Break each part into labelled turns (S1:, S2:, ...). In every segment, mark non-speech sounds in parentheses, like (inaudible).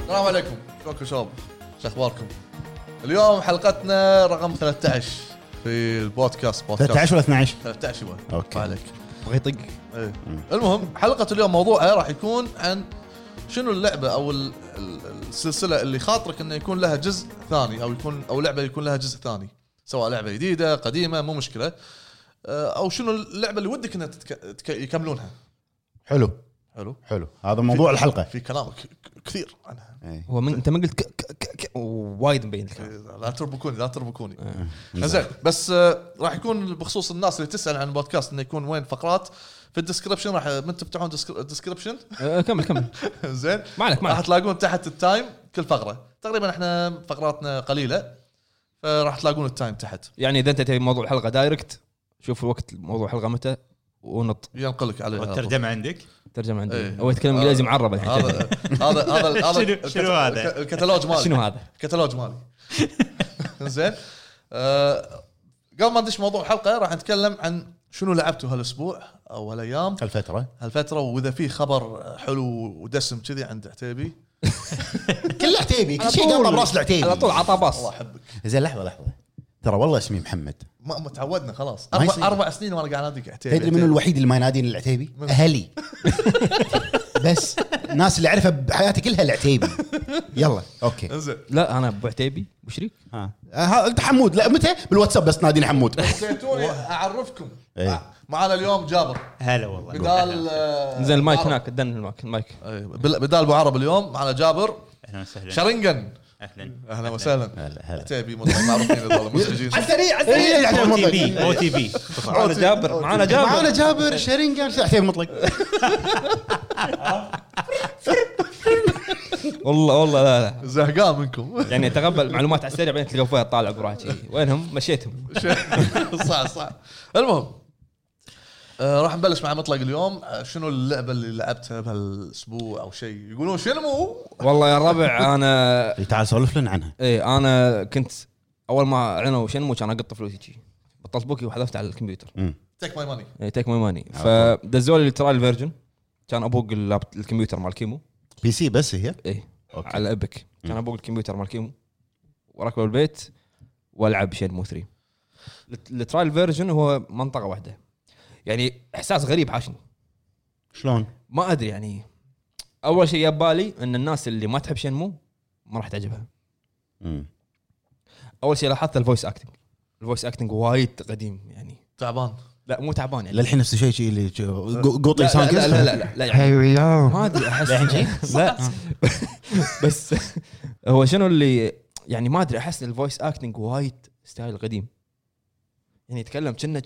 S1: السلام عليكم شلونكم شباب؟ شو اخباركم؟ اليوم حلقتنا رقم 13 في البودكاست بودكاست
S2: 13 ولا 12
S1: 13 يبا
S2: أوكي.
S1: ما عليك
S2: بغي يطق
S1: إيه. المهم حلقه اليوم موضوعها راح يكون عن شنو اللعبه او ال- ال- السلسله اللي خاطرك انه يكون لها جزء ثاني او يكون او لعبه يكون لها جزء ثاني سواء لعبه جديده قديمه مو مشكله آه، او شنو اللعبه اللي ودك انها تتك- تك- يكملونها
S2: حلو
S1: حلو
S2: حلو هذا موضوع الحلقه
S1: في كلام ك- كثير عنها
S3: هو من انت ما قلت ك- ك- ك- ك- وايد مبين الكلام
S1: لا تربكوني لا تربكوني زين بس آه، راح يكون بخصوص الناس اللي تسال عن البودكاست انه يكون وين فقرات في الديسكربشن راح من تفتحون ديسكر- (laughs) الديسكربشن
S3: آه، كمل (laughs) كمل
S1: زين
S3: ما عليك ما
S1: راح
S3: عليك
S1: تلاقون تحت التايم كل فقره تقريبا احنا فقراتنا قليله فراح تلاقون التايم تحت
S3: يعني اذا انت تبي موضوع الحلقه دايركت شوف الوقت موضوع الحلقه متى ونط
S1: ينقلك عليه على طول.
S4: والترجمه عندك
S3: ترجمه
S1: إيه.
S3: عندي هو يتكلم انجليزي معرب الحين
S1: هذا هذا
S4: (laughs)
S1: هذا هذا
S4: شنو-
S1: الكت-
S4: شنو هذا؟
S1: الك- الكتالوج مالي
S3: شنو هذا؟
S1: كتالوج مالي زين آه، قبل ما ندش موضوع الحلقه راح نتكلم عن شنو لعبتوا هالاسبوع او هالايام
S2: الفتره
S1: هالفتره واذا في خبر حلو ودسم كذي عند عتيبي
S2: كل عتيبي كل
S3: على
S2: (laughs) شيء
S3: طول.
S2: قام براس العتيبي
S3: على طول عطى باص
S1: الله يحبك
S2: زين لحظه لحظه ترى والله اسمي محمد
S1: ما ما تعودنا خلاص
S2: ما
S1: اربع
S2: يصير.
S1: اربع سنين وانا قاعد اناديك عتيبي
S2: تدري منو الوحيد اللي ما يناديني العتيبي؟ اهلي بس الناس اللي اعرفها بحياتي كلها العتيبي يلا اوكي
S1: انزين
S3: لا انا ابو عتيبي ابو شريك
S2: ها آه، انت حمود لا متى بالواتساب بس تناديني (laughs) حمود
S1: نسيتوني اعرفكم
S2: إيه.
S1: معنا اليوم جابر
S4: هلا والله
S1: بدال
S4: أهلا.
S1: آه،
S3: زين المايك
S1: عرب.
S3: هناك دن المايك المايك
S1: إيه، بل- بدال ابو عرب اليوم معنا جابر
S4: اهلا وسهلا
S1: شرنقن
S4: اهلا
S1: اهلا وسهلا
S2: هلا هلا
S1: عتيبي معروفين والله مزعجين
S2: السريع على (laughs) السريع
S4: او تي بي او تي بي
S3: إيه. معانا جابر معانا
S2: معانا
S3: جابر
S2: جابر شرنجان عتيبي مطلق
S3: والله والله لا لا
S1: زهقان منكم (laughs)
S3: يعني اتقبل معلومات على السريع بعدين تلقى فيها طالع براحة شي. وينهم مشيتهم
S1: صح صح المهم آه راح نبلش مع مطلق اليوم آه، شنو اللعبه اللي لعبتها بهالاسبوع او شيء يقولون شنو
S3: والله يا ربع انا
S2: تعال سولف لنا عنها
S3: ايه انا كنت اول ما اعلنوا شنمو كان اقط فلوسي شي بطلت بوكي وحذفت على الكمبيوتر إيه،
S1: تيك ماي ماني
S3: تيك ماي ماني فدزوا لي الترايل فيرجن كان ابوق اللاب- الكمبيوتر مال كيمو
S2: بي سي بس هي
S3: ايه
S2: أوكي.
S3: على ابك كان ابوق الكمبيوتر مال كيمو وراكبه البيت والعب شنمو 3 الت- الترايل فيرجن هو منطقه واحده يعني احساس غريب حاشني
S2: شلون؟
S3: ما ادري يعني اول شيء يبالي ان الناس اللي ما تحب شنمو ما راح تعجبها
S2: مم.
S3: اول شيء لاحظت الفويس اكتنج الفويس اكتنج وايد قديم يعني
S1: تعبان
S3: لا مو تعبان يعني
S2: للحين نفس الشيء شيء اللي
S3: لا
S2: قوطي
S3: لا
S2: لسانك
S3: لا لا, لا, لا, لا يعني ما ادري احس (laughs) لا بس (laughs) هو شنو اللي يعني ما ادري احس الفويس اكتنج وايد ستايل قديم يعني يتكلم كنا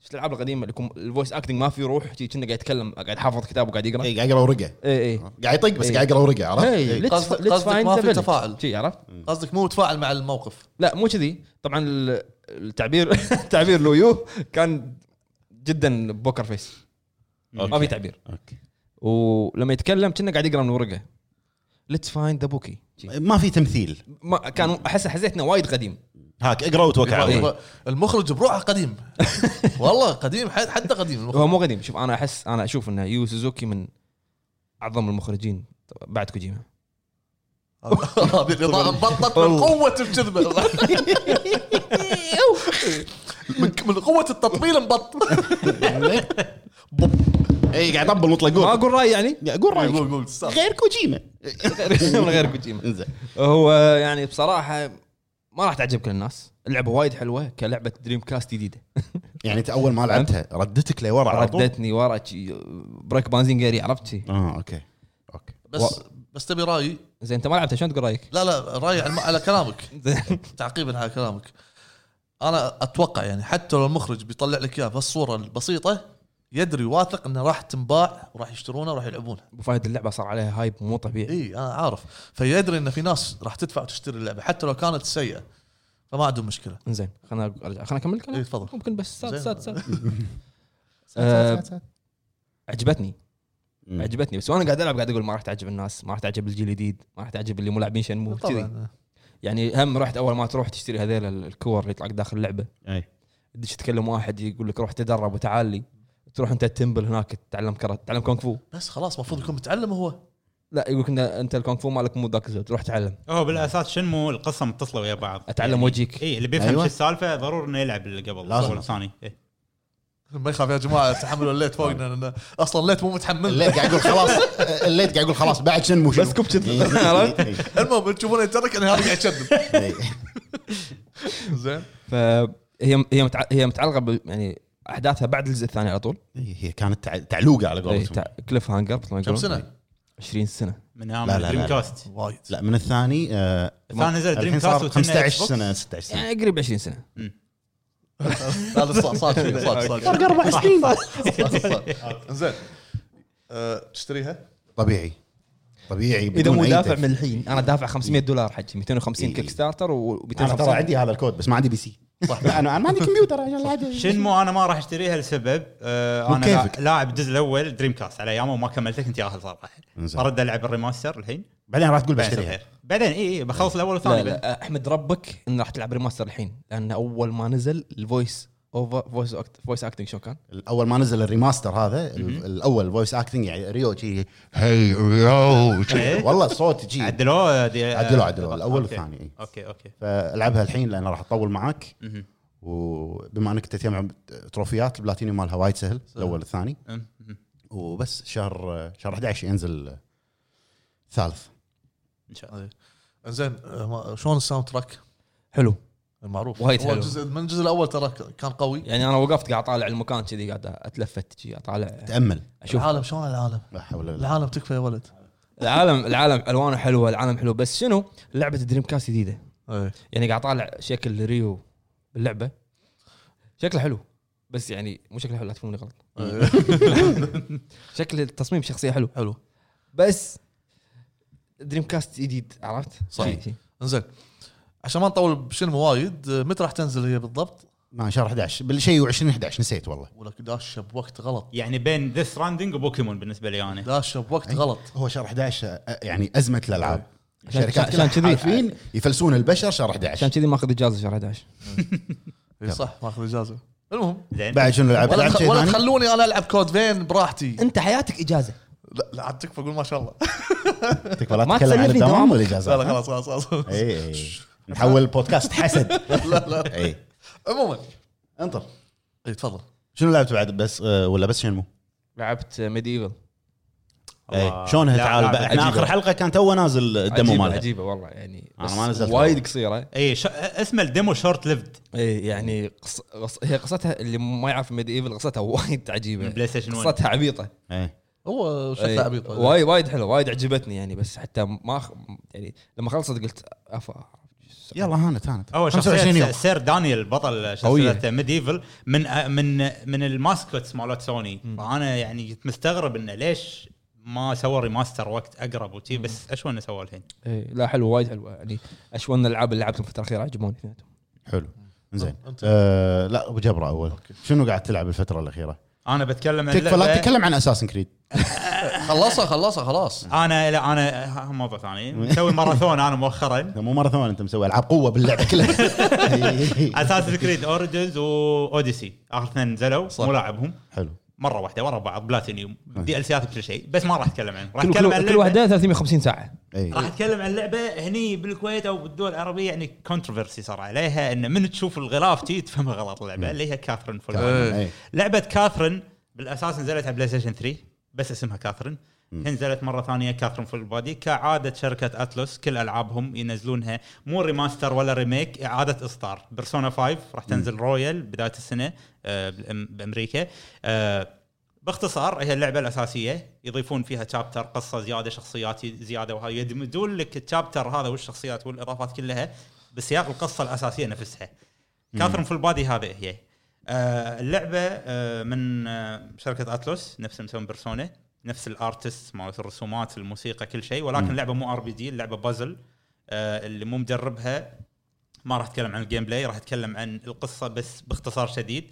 S3: شفت الالعاب القديمه اللي يكون الفويس اكتنج ما في روح شي كنا قاعد يتكلم قاعد حافظ كتاب وقاعد يقرا اي
S2: إيه، قاعد يقرا ورقه
S3: اي
S2: قاعد يطق بس
S3: إيه.
S2: قاعد يقرا ورقه عرفت؟
S3: اي
S2: إيه.
S3: let's-
S1: قصدك-
S3: let's
S1: قصدك
S3: find
S1: ما
S3: the
S1: في
S3: village.
S1: تفاعل.
S3: شي عرفت
S1: قصدك مو متفاعل مع الموقف
S3: لا مو كذي طبعا ال- التعبير (laughs) تعبير لويو كان جدا بوكر فيس ما في تعبير
S2: أوكي.
S3: ولما يتكلم كنا قاعد يقرا من ورقه ليتس فايند ذا بوكي
S2: ما في تمثيل
S3: ما كان احس حسيت انه وايد قديم
S2: هاك اقرا وتوكل على الله
S3: إيه.
S1: المخرج بروحه قديم والله قديم حد- حتى قديم
S3: هو
S1: المخرج
S3: مو قديم شوف انا احس انا اشوف انه يو سوزوكي من اعظم المخرجين بعد كوجيما
S1: هذه الإضاءة بطت من قوة الكذبة من من قوة التطبيل مبط
S2: بوب. اي قاعد يطبل مطلق
S3: ما
S2: قول
S3: اقول راي يعني (laughs)
S2: قول رايك
S1: قول قول تستاهل.
S2: غير كوجيما
S3: من غير كوجيما
S2: انزين
S3: هو يعني بصراحه ما راح تعجب كل الناس اللعبه وايد حلوه كلعبه دريم كاست جديده
S2: يعني انت اول ما لعبتها ردتك لورا على طول؟
S3: ردتني ورا شي بريك بنزين قاري عرفت شي
S2: اه اوكي اوكي
S3: آه،
S1: بس بس تبي رايي
S3: زين انت ما لعبتها شلون تقول رايك؟
S1: لا لا رايي على- على كلامك
S3: (laughs) زين
S1: تعقيبا على كلامك انا اتوقع يعني حتى لو المخرج بيطلع لك اياها بهالصوره البسيطه يدري واثق انه راح تنباع وراح يشترونها وراح يلعبونها
S3: ابو فهد اللعبه صار عليها هايب مو طبيعي
S1: اي انا عارف فيدري ان في ناس راح تدفع وتشتري اللعبه حتى لو كانت سيئه فما عندهم مشكله
S3: زين خلنا ارجع خلنا اكمل الكلام
S1: إيه، تفضل.
S3: ممكن بس سات
S1: زين. (laughs)
S3: سات سات
S2: سات، سات، سات.
S3: آه، عجبتني
S2: مم.
S3: عجبتني بس وانا قاعد العب قاعد اقول ما راح تعجب الناس ما راح تعجب الجيل الجديد ما راح تعجب اللي مو لاعبين شنمو كذي
S1: طبعا
S3: يعني هم رحت اول ما تروح تشتري هذيل الكور اللي يطلع لك داخل اللعبه
S2: اي
S3: تدش تكلم واحد يقول لك روح تدرب وتعال لي تروح انت التمبل هناك تتعلم كره تتعلم كونغ فو
S1: بس خلاص المفروض يكون متعلم هو
S3: لا يقول لك إن انت الكونغ فو مالك مو ذاك الزود روح تعلم
S4: هو بالاساس شنمو القصه متصله ويا بعض
S3: اتعلم وجهك
S4: اي اللي بيفهم
S2: أيوة.
S4: شو السالفه ضروري انه يلعب اللي قبل
S2: لازم.
S4: اول ثاني إيه.
S1: ما يخاف يا جماعه تحملوا الليت فوقنا لان اصلا الليت مو متحمل
S2: الليت قاعد يقول خلاص الليت قاعد يقول خلاص بعد شنمو شنو إيه،
S3: بس كبشت.
S2: إي.
S3: عرفت؟
S2: إي.
S1: المهم تشوفونه يترك ان هذا قاعد
S2: (laughs)
S1: يشدد
S2: إي.
S1: زين
S3: فهي هي متع... هي متعلقه ب... يعني احداثها بعد الجزء الثاني على طول
S2: هي كانت تع- تعلوقه على
S3: إيه،
S2: قولتهم
S3: تع- كليف هانجر مثل ما
S1: كم
S3: يقولون.
S1: سنه؟
S3: 20 سنه
S4: من ايام
S2: لا، لا، لا،
S4: دريم
S2: لا.
S4: كاست
S1: وايد
S2: لا من الثاني آه،
S4: الثاني نزل دريم
S2: الحين
S4: كاست
S2: صار
S4: وكنا
S2: 15
S4: Xbox.
S2: سنه 16 سنه
S3: يعني قريب 20 سنه
S1: هذا صار صار (laughs) شيء، صار صار
S5: فرق
S1: شيء.
S5: اربع سنين
S1: صار- صار. (laughs) زين أه، تشتريها؟
S2: طبيعي طبيعي
S3: اذا
S2: بدون
S3: مو
S2: أي
S3: دافع
S2: تف-
S3: من الحين انا دافع 500 دولار حجي 250
S2: إي.
S3: كيك ستارتر و250
S2: انا إيه. ترى عندي هذا الكود بس ما عندي بي سي لا، انا (laughs) أنا ما عندي كمبيوتر عشان عادي.
S4: شنمو انا ما راح اشتريها لسبب آه
S2: مو
S4: انا لا-
S2: كيفك.
S4: لاعب الجزء الاول دريم كاست على ايامه وما كملته كنت ياهل صراحه
S2: إنزين.
S4: ارد العب الريماستر الحين
S2: بعدين راح تقول
S4: بعدين
S2: بشتريها
S4: صغير. بعدين اي اي بخلص
S2: إيه.
S4: الاول
S3: لا
S4: والثاني بعدين.
S3: لا احمد ربك ان راح تلعب ريماستر الحين لان اول ما نزل الفويس اوفر فويس أكت- فويس اكتنج شو كان؟
S2: اول ما نزل الريماستر هذا ال- الاول فويس اكتنج يعني ريو شي هي ريو شي.
S4: إيه.
S2: والله الصوت شي
S4: عدلوه دي- آه،
S2: عدلوه عدلوه الاول
S4: أوكي.
S2: والثاني إيه. إي.
S4: اوكي اوكي
S2: فالعبها الحين لان راح اطول معاك
S4: مهم.
S2: وبما انك تجمع تروفيات البلاتينيوم مالها وايد سهل الاول الثاني
S4: مهم.
S2: وبس شهر شهر 11 ينزل ثالث
S4: ان شاء الله
S1: هذه. زين أه، ما- شلون الساوند تراك؟
S3: حلو
S1: المعروف
S3: وايد
S1: هو
S3: حلو.
S1: الجزء- من الجزء الاول ترى ك- كان قوي
S3: يعني انا وقفت قاعد اطالع المكان كذي قاعد اتلفت كذي اطالع
S2: تامل
S3: اشوف
S1: العالم شلون العالم؟
S2: لا حول ولا
S1: العالم تكفى يا ولد
S3: العالم العالم الوانه حلوه العالم حلو بس شنو لعبه دريم كاست جديده
S1: ايه
S3: يعني قاعد اطالع شكل ريو باللعبه شكله حلو بس يعني مو شكله حلو لا تفهموني غلط
S1: إيه.
S3: شكل التصميم شخصيه حلو
S1: (laughs) حلو
S3: بس دريم كاست جديد عرفت؟
S1: صحيح.
S3: شي- شي.
S1: انزين عشان ما نطول بشنو وايد أه، متى راح تنزل هي بالضبط؟
S2: ما شهر 11 بالشيء 20 11 نسيت والله
S1: ولك داشه بوقت غلط
S4: يعني بين ذا ستراندنج وبوكيمون بالنسبه لي انا
S1: داشه بوقت
S2: إيه.
S1: غلط
S2: هو شهر 11 آه، يعني ازمه الالعاب
S3: عشان-
S2: الشركات
S3: عشان
S2: كلها
S3: كذي-
S2: عارفين يفلسون البشر شهر
S3: عشان
S2: 11
S3: كذي ماخذ اجازه شهر 11
S1: اي إيه، صح ماخذ اجازه المهم
S4: زين
S2: بعد شنو لعبت
S1: ولا,
S2: لعبت
S1: تخ...
S2: شيء
S1: ولا
S2: ثاني
S1: تخلوني انا العب كود فين براحتي
S3: انت حياتك اجازه
S1: لا لا عاد تكفى قول ما شاء الله
S2: تكفى لا تتكلم
S3: ما
S2: عن
S3: تسلفني
S2: الدوام
S3: دوام.
S1: لا لا
S2: والاجازه
S1: خلاص خلاص خلاص
S2: اي إي. إيه. نحول البودكاست
S1: (laughs)
S2: حسد إيه.
S1: لا لا
S2: اي
S1: عموما
S2: انطر
S1: اي إيه، تفضل
S2: شنو لعبت بعد بس آه، ولا بس شنمو؟
S3: لعبت ميديفل
S4: الله.
S2: إي. شلونها
S4: لا،
S2: إيه. تعال
S4: لا،
S2: بقى. احنا
S4: عجيبة.
S2: اخر حلقه كان تو نازل الدمو
S3: عجيبة-
S2: مالها
S3: عجيبه والله يعني
S2: أنا
S3: بس
S2: ما نزلت
S3: وايد
S2: والله.
S3: قصيره
S4: اي ش... إيه، اسمه الديمو شورت ليفد
S3: اي يعني قص... قص... هي قصتها اللي ما يعرف ميديفل قصتها وايد عجيبه
S4: من بلاي ستيشن 1.
S3: قصتها عبيطه
S2: إي.
S1: هو
S3: أي،
S1: شكله عبيط
S3: إيه، وايد وايد حلو وايد عجبتني يعني بس حتى ما أخ... يعني لما خلصت قلت افا
S2: يلا هانت هانت
S4: هو
S2: 25
S4: شخصيه
S2: يوم
S4: سير دانيال بطل
S3: قوية.
S4: سلسله ميديفل من آه، من من الماسكوتس مالت سوني فانا يعني كنت مستغرب انه ليش ما سوى ريماستر وقت اقرب وشي بس اشو انه سوى الحين
S3: إي، إيه، لا حلو وايد حلو يعني اشون الالعاب اللي لعبتهم الفتره الاخيره عجبوني اثنيناتهم
S2: حلو زين
S1: أنت.
S2: آه لا ابو جبره اول شنو قاعد تلعب الفتره الاخيره؟
S4: انا بتكلم عن
S2: تكفى لا
S4: لعبة-
S2: تتكلم عن اساسن كريد
S1: خلصها خلصها خلاص
S4: انا لا انا ها- موضوع ثاني مسوي ماراثون
S2: (laughs)
S4: انا مؤخرا
S2: مو مره ثانيه انت مسوي العاب قوه باللعبه
S3: (laughs)
S2: كلها
S4: اساس كريد اوريجنز واوديسي اخر اثنين نزلوا مو لاعبهم
S2: حلو
S4: مره واحده ورا بعض بلاتينيوم دي ال سيات بكل شيء بس ما راح اتكلم عنه راح
S3: كل
S4: اتكلم عن
S3: كل, كل
S4: اللعبة.
S3: واحده 350 ساعه
S2: اي
S3: آه.
S4: راح اتكلم عن لعبه هني بالكويت او بالدول العربيه يعني كونتروفرسي صار عليها ان من تشوف الغلاف تي تفهمها غلط
S3: نعم.
S4: اللعبه اللي هي كاثرين فول
S1: إيه.
S2: اي
S4: لعبه كاثرين بالاساس نزلت على بلاي ستيشن 3 بس اسمها كاثرين الحين نزلت مره ثانيه كاثرين فول بادي كعاده شركه اتلس كل العابهم ينزلونها مو ريماستر ولا ريميك اعاده اصدار بيرسونا 5 راح تنزل رويال بدايه السنه آه، بالأم- بامريكا آه، باختصار هي اللعبه الاساسيه يضيفون فيها تشابتر قصه زياده شخصيات زياده وهاي يدمجون لك التشابتر هذا والشخصيات والاضافات كلها بسياق القصه الاساسيه نفسها كاثرين فول بادي هذه هي آه، اللعبه آه، من آه، شركه اتلوس نفس مسوين بيرسونا نفس الارتست مالت الرسومات الموسيقى كل شيء ولكن اللعبه مو ار بي دي اللعبه بازل آه، اللي مو مجربها ما راح اتكلم عن الجيم بلاي راح اتكلم عن القصه بس باختصار شديد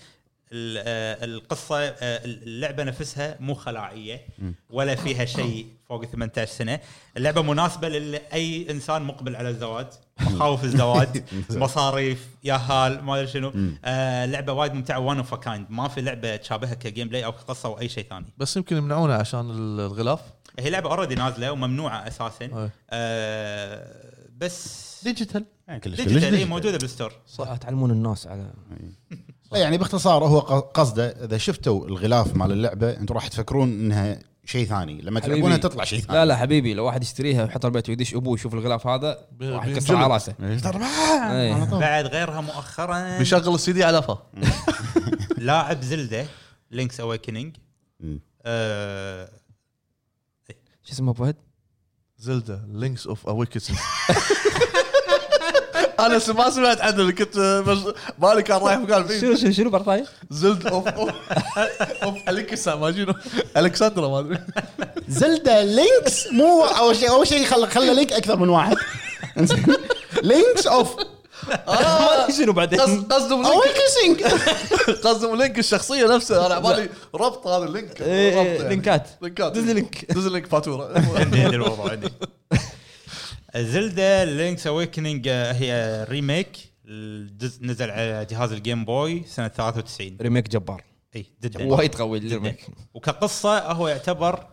S4: ال- آه، القصه آه، اللعبه نفسها مو خلاعيه ولا فيها شيء فوق 18 سنه اللعبه مناسبه لاي انسان مقبل على الزواج مخاوف الزواج
S2: (laughs)
S4: مصاريف ياهال ما ادري شنو آه لعبه وايد ممتعه وان اوف كايند ما في لعبه تشابهها كجيم بلاي او كقصه او اي شيء ثاني
S1: بس يمكن يمنعونه عشان ال- الغلاف
S4: هي لعبه اوريدي نازله وممنوعه اساسا
S1: أي.
S4: آه بس
S1: ديجيتال
S2: إيه، يعني كلش كلش
S4: ديجيتال هي
S3: إيه،
S2: ديجيتال.
S4: موجوده بالستور
S3: صح تعلمون الناس على
S2: لا يعني باختصار هو ق- قصده اذا شفتوا الغلاف مال اللعبه انتم راح تفكرون انها شيء ثاني لما
S3: حبيبي.
S2: تلعبونها تطلع شيء ثاني
S3: لا لا حبيبي لو واحد يشتريها ويحطها بيته ويدش ابوه يشوف الغلاف هذا
S1: بي-
S3: راح
S1: بينجلد.
S3: يكسر على راسه
S2: لا
S3: إيه.
S4: بعد غيرها
S1: (laughs)
S4: مؤخرا
S1: بيشغل السي دي على فا
S4: لاعب زلده لينكس اويكننج آه
S3: شو اسمه أبو فهد؟
S1: زلدا لينكس اوف اويكس (laughs) انا س- ما سمعت عنه اللي كنت آه، مش- بالي كان رايح مكان بعيد
S3: شنو شنو شنو مرة ثانية؟
S1: زلدا اوف اوف الكسا ما شنو الكسندرا ما ادري
S2: زلدا لينكس مو اول شيء اول شيء خلى خلى لينك اكثر من واحد (laughs) إنزين. لينكس اوف
S3: ما أدري (laughs) شنو بعدين
S1: قصد- آه. قصدهم (laughs) لينك
S2: اويكنسنج
S1: قصدهم لينك الشخصيه نفسها انا عبالي ربط هذا اللينك
S3: إيه، إيه،
S1: ربط يعني.
S3: لينكات.
S1: لينكات
S3: دز لي لينك.
S1: دز لي لينك فاتوره
S3: (laughs)
S4: عندي عندي الموضوع عندي زلدا لينكس اويكننج آه، هي ريميك الجزء نزل على جهاز الجيم بوي سنه 93
S3: ريميك جبار
S4: اي جدا
S3: وايد قوي الريميك
S4: وكقصه هو يعتبر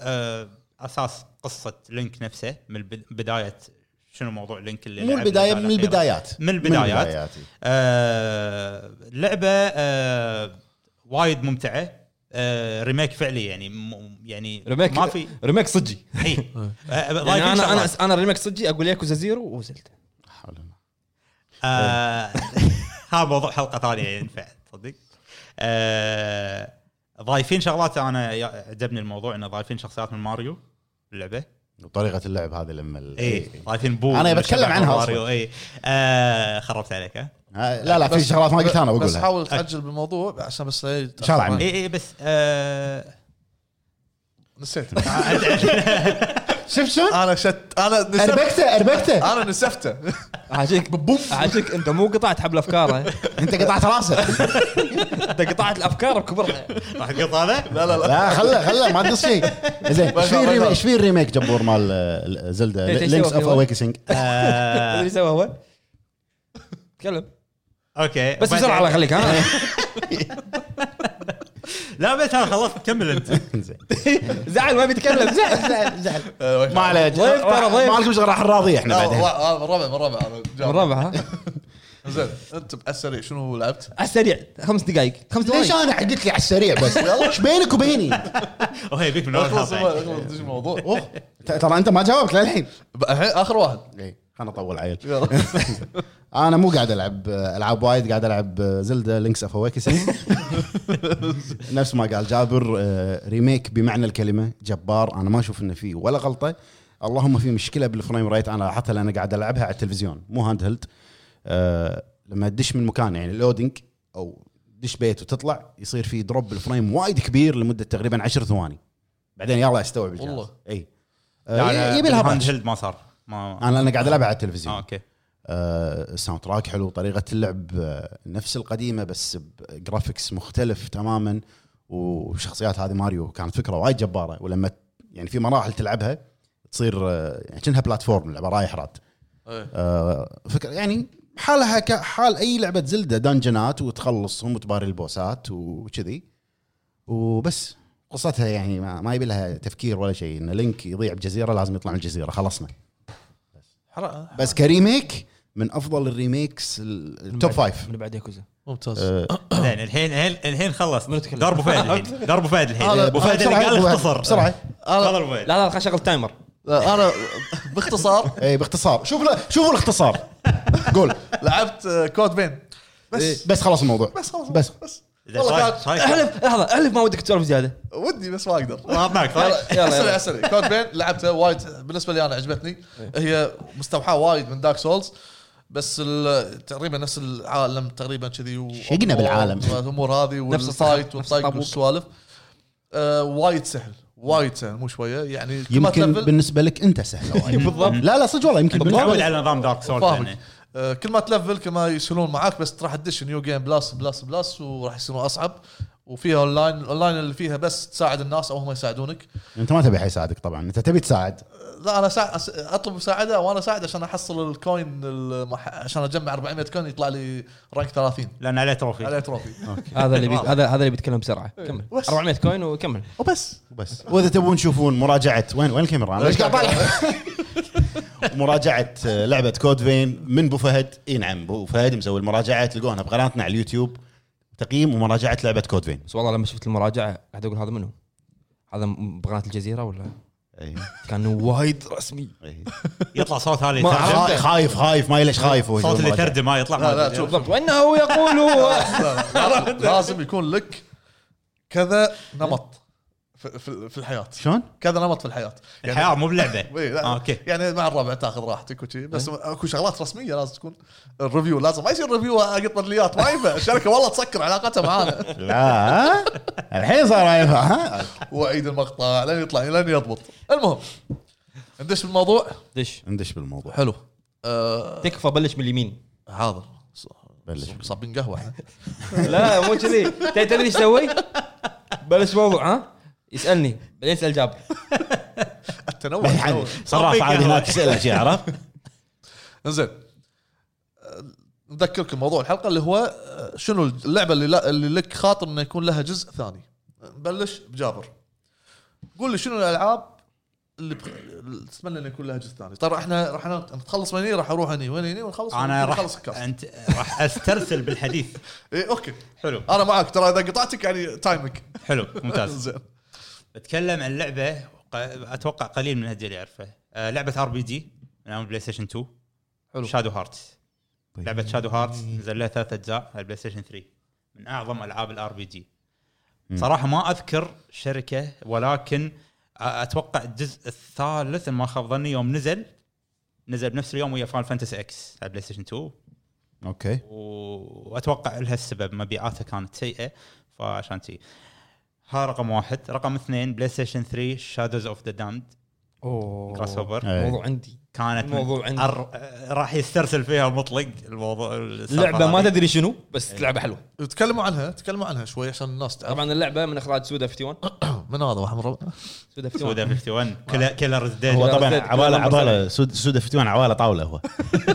S4: آه، اساس قصه لينك نفسه من الب- بدايه شنو موضوع لينك اللي
S2: مو
S4: لعب
S2: البدايه
S4: الأجزاء
S2: من
S4: الأخيرة.
S2: البدايات
S4: من البدايات
S2: إي.
S4: آه، لعبه آه، وايد ممتعه آه، ريميك فعلي يعني م- يعني
S3: ريميك
S4: ما في
S3: ريميك صجي (laughs)
S4: اي آه،
S3: يعني
S4: ضايفين
S3: انا انا
S4: شغلات.
S3: انا ريميك صجي اقول ياكوزا زيرو وزلت
S2: حول الله.
S4: آه، (laughs) هذا موضوع حلقه ثانيه ينفع تصدق آه، ضايفين شغلات انا يا- عجبني الموضوع انه ضايفين شخصيات من ماريو اللعبه
S2: وطريقه اللعب هذه لما ال-
S3: إيه.
S2: إيه.
S4: اي ضايفين بو
S2: أنا بتكلم
S4: شباب
S2: عنها
S4: ماريو اي آه، خربت عليك ها
S2: آه، لا لا في شغلات ما قلتها انا
S1: بس
S2: بقولها
S1: حاول تعجل بالموضوع عشان بس إيه، لا يتأخر
S2: شال عني.
S1: معي.
S4: اي اي بس آه، (laughs)
S1: نسيت
S2: (laughs) شفت شلون؟
S1: انا شت انا نسفت
S2: اربكته اربكته
S1: انا
S2: (laughs)
S1: نسفته
S3: عاجيك عاجيك انت مو قطعت حبل افكاره
S2: انت قطعت راسه
S3: انت قطعت الافكار بكبرها
S4: راح تقط هذا؟ لا لا
S2: لا خله خله ما تدس (laughs) فيه زين ايش في الريميك ايش في الريميك جبور مال آه، زلدا
S3: إيه، إيش
S2: لينكس
S3: سوى
S2: اوف
S3: فيه؟
S2: اويكنسنج (laughs)
S4: آه،
S3: تدري ايش سوى هو؟ تكلم
S4: اوكي
S3: بس بسرعه الله يخليك ها
S4: لا بس انا خلصت كمل (laughs) انت
S3: زعل ما بيتكلم زعل
S2: زعل زعل
S1: آه،
S2: ما عليه
S3: ضيف ترى ضيف.
S2: ما عليكم شغل راح نراضي احنا
S1: لا
S2: بعدين
S1: والله، آه، من ربع من ربع انا جاوب.
S3: الرابع ها
S1: زين انت بأسرع شنو لعبت؟
S3: (laughs) على السريع خمس دقائق خمس
S2: ليش
S3: دقائق
S2: انا قلت لي على السريع (laughs) بس ايش بينك وبيني
S4: هو يبيك من اول
S1: اخلص
S4: حلقه
S1: اخلص دش الموضوع اوه
S2: ت- ترى انت ما جاوبت للحين
S1: بقى الحين اخر واحد
S2: اي إيه، خلنا نطول عيل
S1: يلا.
S2: انا مو قاعد العب العاب وايد قاعد العب زلدا لينكس اوف
S4: (laughs)
S2: اويكسن نفس ما قال جابر آه، ريميك بمعنى الكلمه جبار انا ما اشوف انه فيه ولا غلطه اللهم في مشكله بالفريم ريت انا لاحظتها لان قاعد العبها على التلفزيون مو هاند هيلد آه، لما تدش من مكان يعني لودينج او دش بيت وتطلع يصير في دروب بالفريم وايد كبير لمده تقريبا 10 ثواني بعدين يلا استوعب الجهاز
S1: والله.
S2: اي
S4: لا،
S2: آه،
S4: لا،
S2: يبي لها
S4: بالهاند
S2: باتش.
S4: يعني هيلد ما صار ما
S2: انا انا قاعد العبها على
S4: آه،
S2: التلفزيون
S4: اوكي
S2: آه، الساوند تراك حلو طريقه اللعب آه، نفس القديمه بس بجرافيكس مختلف تماما وشخصيات هذه ماريو كانت فكره وايد جباره ولما ت- يعني في مراحل تلعبها تصير آه، يعني كأنها بلاتفورم لعبه رايح راد
S1: إيه.
S2: آه، فكره يعني حالها كحال اي لعبه زلده دنجنات وتخلصهم وتباري البوسات وكذي وبس قصتها يعني ما, ما يبي لها تفكير ولا شيء ان لينك يضيع بجزيره لازم يطلع من الجزيره خلصنا
S1: حرق.
S2: بس كريميك من افضل الريميكس ال- التوب فايف
S3: من بعد ياكوزا
S1: (laughs) ممتاز
S2: آه،
S4: زين الحين الحين الحين خلص
S3: منو تكلم؟
S4: دار ابو
S1: (laughs)
S4: فهد الحين دار ابو فهد الحين
S1: هذا-
S4: ابو أه، فهد اللي
S2: بسرعة،
S4: قال
S2: أبو فهد، بسرعه
S4: اختصر تفضل
S1: انا
S4: ابو فهد
S3: لا لا خل شغل تايمر
S1: انا باختصار
S2: اي إيه، باختصار شوف لا- شوفوا الاختصار قول
S1: لعبت آه، كود بين
S2: بس
S1: بس
S2: بس خلص الموضوع
S1: إيه. بس خلاص
S2: إيه. بس
S1: بس
S4: إذا
S1: والله
S4: شايف-
S1: كان-
S4: شايف-
S3: احلف لحظه احلف ما ودك تسولف زياده
S1: ودي بس ما اقدر
S4: ما معك صح؟
S1: يلا، إيه.
S3: يلا.
S1: اسرع اسرع طيب. كود بين لعبتها وايد بالنسبه لي انا عجبتني هي مستوحاه وايد من دارك سولز بس ال- تقريبا نفس العالم تقريبا كذي و-
S2: شقنا بالعالم.
S1: الامور هذه
S3: نفس الصخب،
S1: والفايت
S3: نفس
S1: والطايق
S3: الطابوق.
S1: والسوالف آه، وايد سهل وايد سهل مو شويه يعني كل ما
S2: يمكن
S1: تلفل
S2: بالنسبه لك انت سهله (laughs) وايد بالضبط لا لا صدق والله يمكن
S4: متعود
S2: بالنسبة لك-
S4: على نظام دارك سولز
S1: فاهمك
S4: يعني
S1: آه، كل ما تلفل كل ما يسهلون معاك بس راح تدش نيو جيم بلاس بلاس بلاس وراح يصيرون اصعب وفيها اونلاين الاونلاين اللي فيها بس تساعد الناس او هم يساعدونك
S2: انت ما تبي حد يساعدك طبعا انت تبي تساعد
S1: لا انا سا... أس- اطلب مساعده وانا اساعد عشان احصل الكوين المح... عشان اجمع 400 كوين يطلع لي رانك 30
S4: لان عليه تروفي
S1: عليه (laughs) تروفي
S3: (laughs) هذا اللي بيت- هذا هذا اللي بيتكلم بسرعه كمل
S1: بس.
S3: 400 كوين وكمل
S1: وبس
S2: بس واذا تبون تشوفون مراجعه وين وين الكاميرا انا ليش قاعد (laughs) أطالع؟ مراجعه آه، لعبه كود فين من ابو فهد اي نعم ابو فهد مسوي المراجعه تلقونها بقناتنا على اليوتيوب تقييم ومراجعه لعبه كود فين
S3: بس والله لما شفت المراجعه قاعد اقول هذا منو؟ هذا م- بقناه الجزيره ولا
S2: أي.
S3: كان وايد رسمي
S2: (laughs) أي.
S4: يطلع صوت هذا
S3: ما
S4: يترجم.
S2: خا- خايف خايف ما ليش خايف هو
S4: صوت اللي
S2: المراجعة.
S4: يترجم ما يطلع
S1: لا
S4: ما
S1: لا
S4: أدري.
S1: شوف
S3: بالضبط وانه يقول (laughs) هو-
S1: لا، لازم يكون لك كذا نمط في- في في الحياه
S2: شلون؟
S1: كذا نمط في الحياه يعني
S4: الحياه مو
S1: (laughs)
S4: بلعبه
S1: إيه، لا،
S4: آه، اوكي
S1: يعني مع الربع تاخذ راحتك وشي بس اكو شغلات رسميه لازم تكون الريفيو لازم ما يصير ريفيو قطرليات ما ينفع الشركه والله تسكر علاقتها (laughs) معانا
S2: لا الحين صار ينفع ها
S1: واعيد المقطع لين يطلع لين يضبط المهم ندش بالموضوع
S3: دش
S2: ندش بالموضوع
S1: حلو آه
S3: تكفى بلش من اليمين
S1: حاضر
S2: بلش
S1: صابين قهوه (laughs) إحنا.
S3: لا مو كذي تدري- تدري ايش سوي؟ بلش موضوع ها يسالني بعدين يسال جابر
S1: (laughs) التنوع التنوع.
S2: صراحه عادي هناك يسال شيء عرفت؟
S1: انزين أه، نذكركم موضوع الحلقه اللي هو أه، شنو اللعبه اللي, لا اللي لك خاطر انه يكون لها جزء ثاني نبلش بجابر قول لي شنو الالعاب اللي, بخ... اللي تتمنى انه يكون لها جزء ثاني ترى احنا راح نت- نتخلص من هني راح اروح هني وين هني ونخلص
S4: انا راح
S1: نخلص الكاست إيه،
S4: انت راح استرسل بالحديث
S1: اي اوكي
S4: حلو
S1: انا معك ترى اذا قطعتك يعني تايمك
S4: حلو ممتاز
S1: (laughs) زين
S4: بتكلم عن لعبه ق- اتوقع قليل من الجيل يعرفها آه، لعبه ار بي جي من أيام بلاي ستيشن 2
S1: حلو.
S4: شادو هارت
S2: طيب.
S4: لعبه شادو هارت نزل لها ثلاث اجزاء على بلاي ستيشن 3 من اعظم العاب الار بي جي صراحه ما اذكر شركه ولكن أ- اتوقع الجزء الثالث إن ما خاب ظني يوم نزل نزل بنفس اليوم ويا فان فانتسي اكس على بلاي ستيشن 2
S2: اوكي
S4: و- واتوقع لها السبب مبيعاتها كانت سيئه فعشان تي ها رقم واحد رقم اثنين بلاي ستيشن 3 شادوز اوف ذا دامد
S3: اوه
S4: كروس اوفر
S2: إيه.
S3: موضوع عندي
S4: كانت من
S3: الموضوع عندي.
S4: أر... راح يسترسل فيها المطلق الموضوع السالفة
S3: لعبه ما
S4: هذه.
S3: تدري شنو بس لعبه حلوه
S1: تكلموا عنها تكلموا عنها شوي عشان الناس تعرف
S3: طبعا اللعبه من اخراج سودا 51
S1: من هذا واحد من ربع
S3: سودا 51
S4: سودا 51
S3: (laughs)
S4: كلا- كيلرز ديد
S2: هو طبعا
S3: زيد،
S2: عباله
S3: كلام مرسل.
S2: عباله سود سود فتوان عباله طاوله هو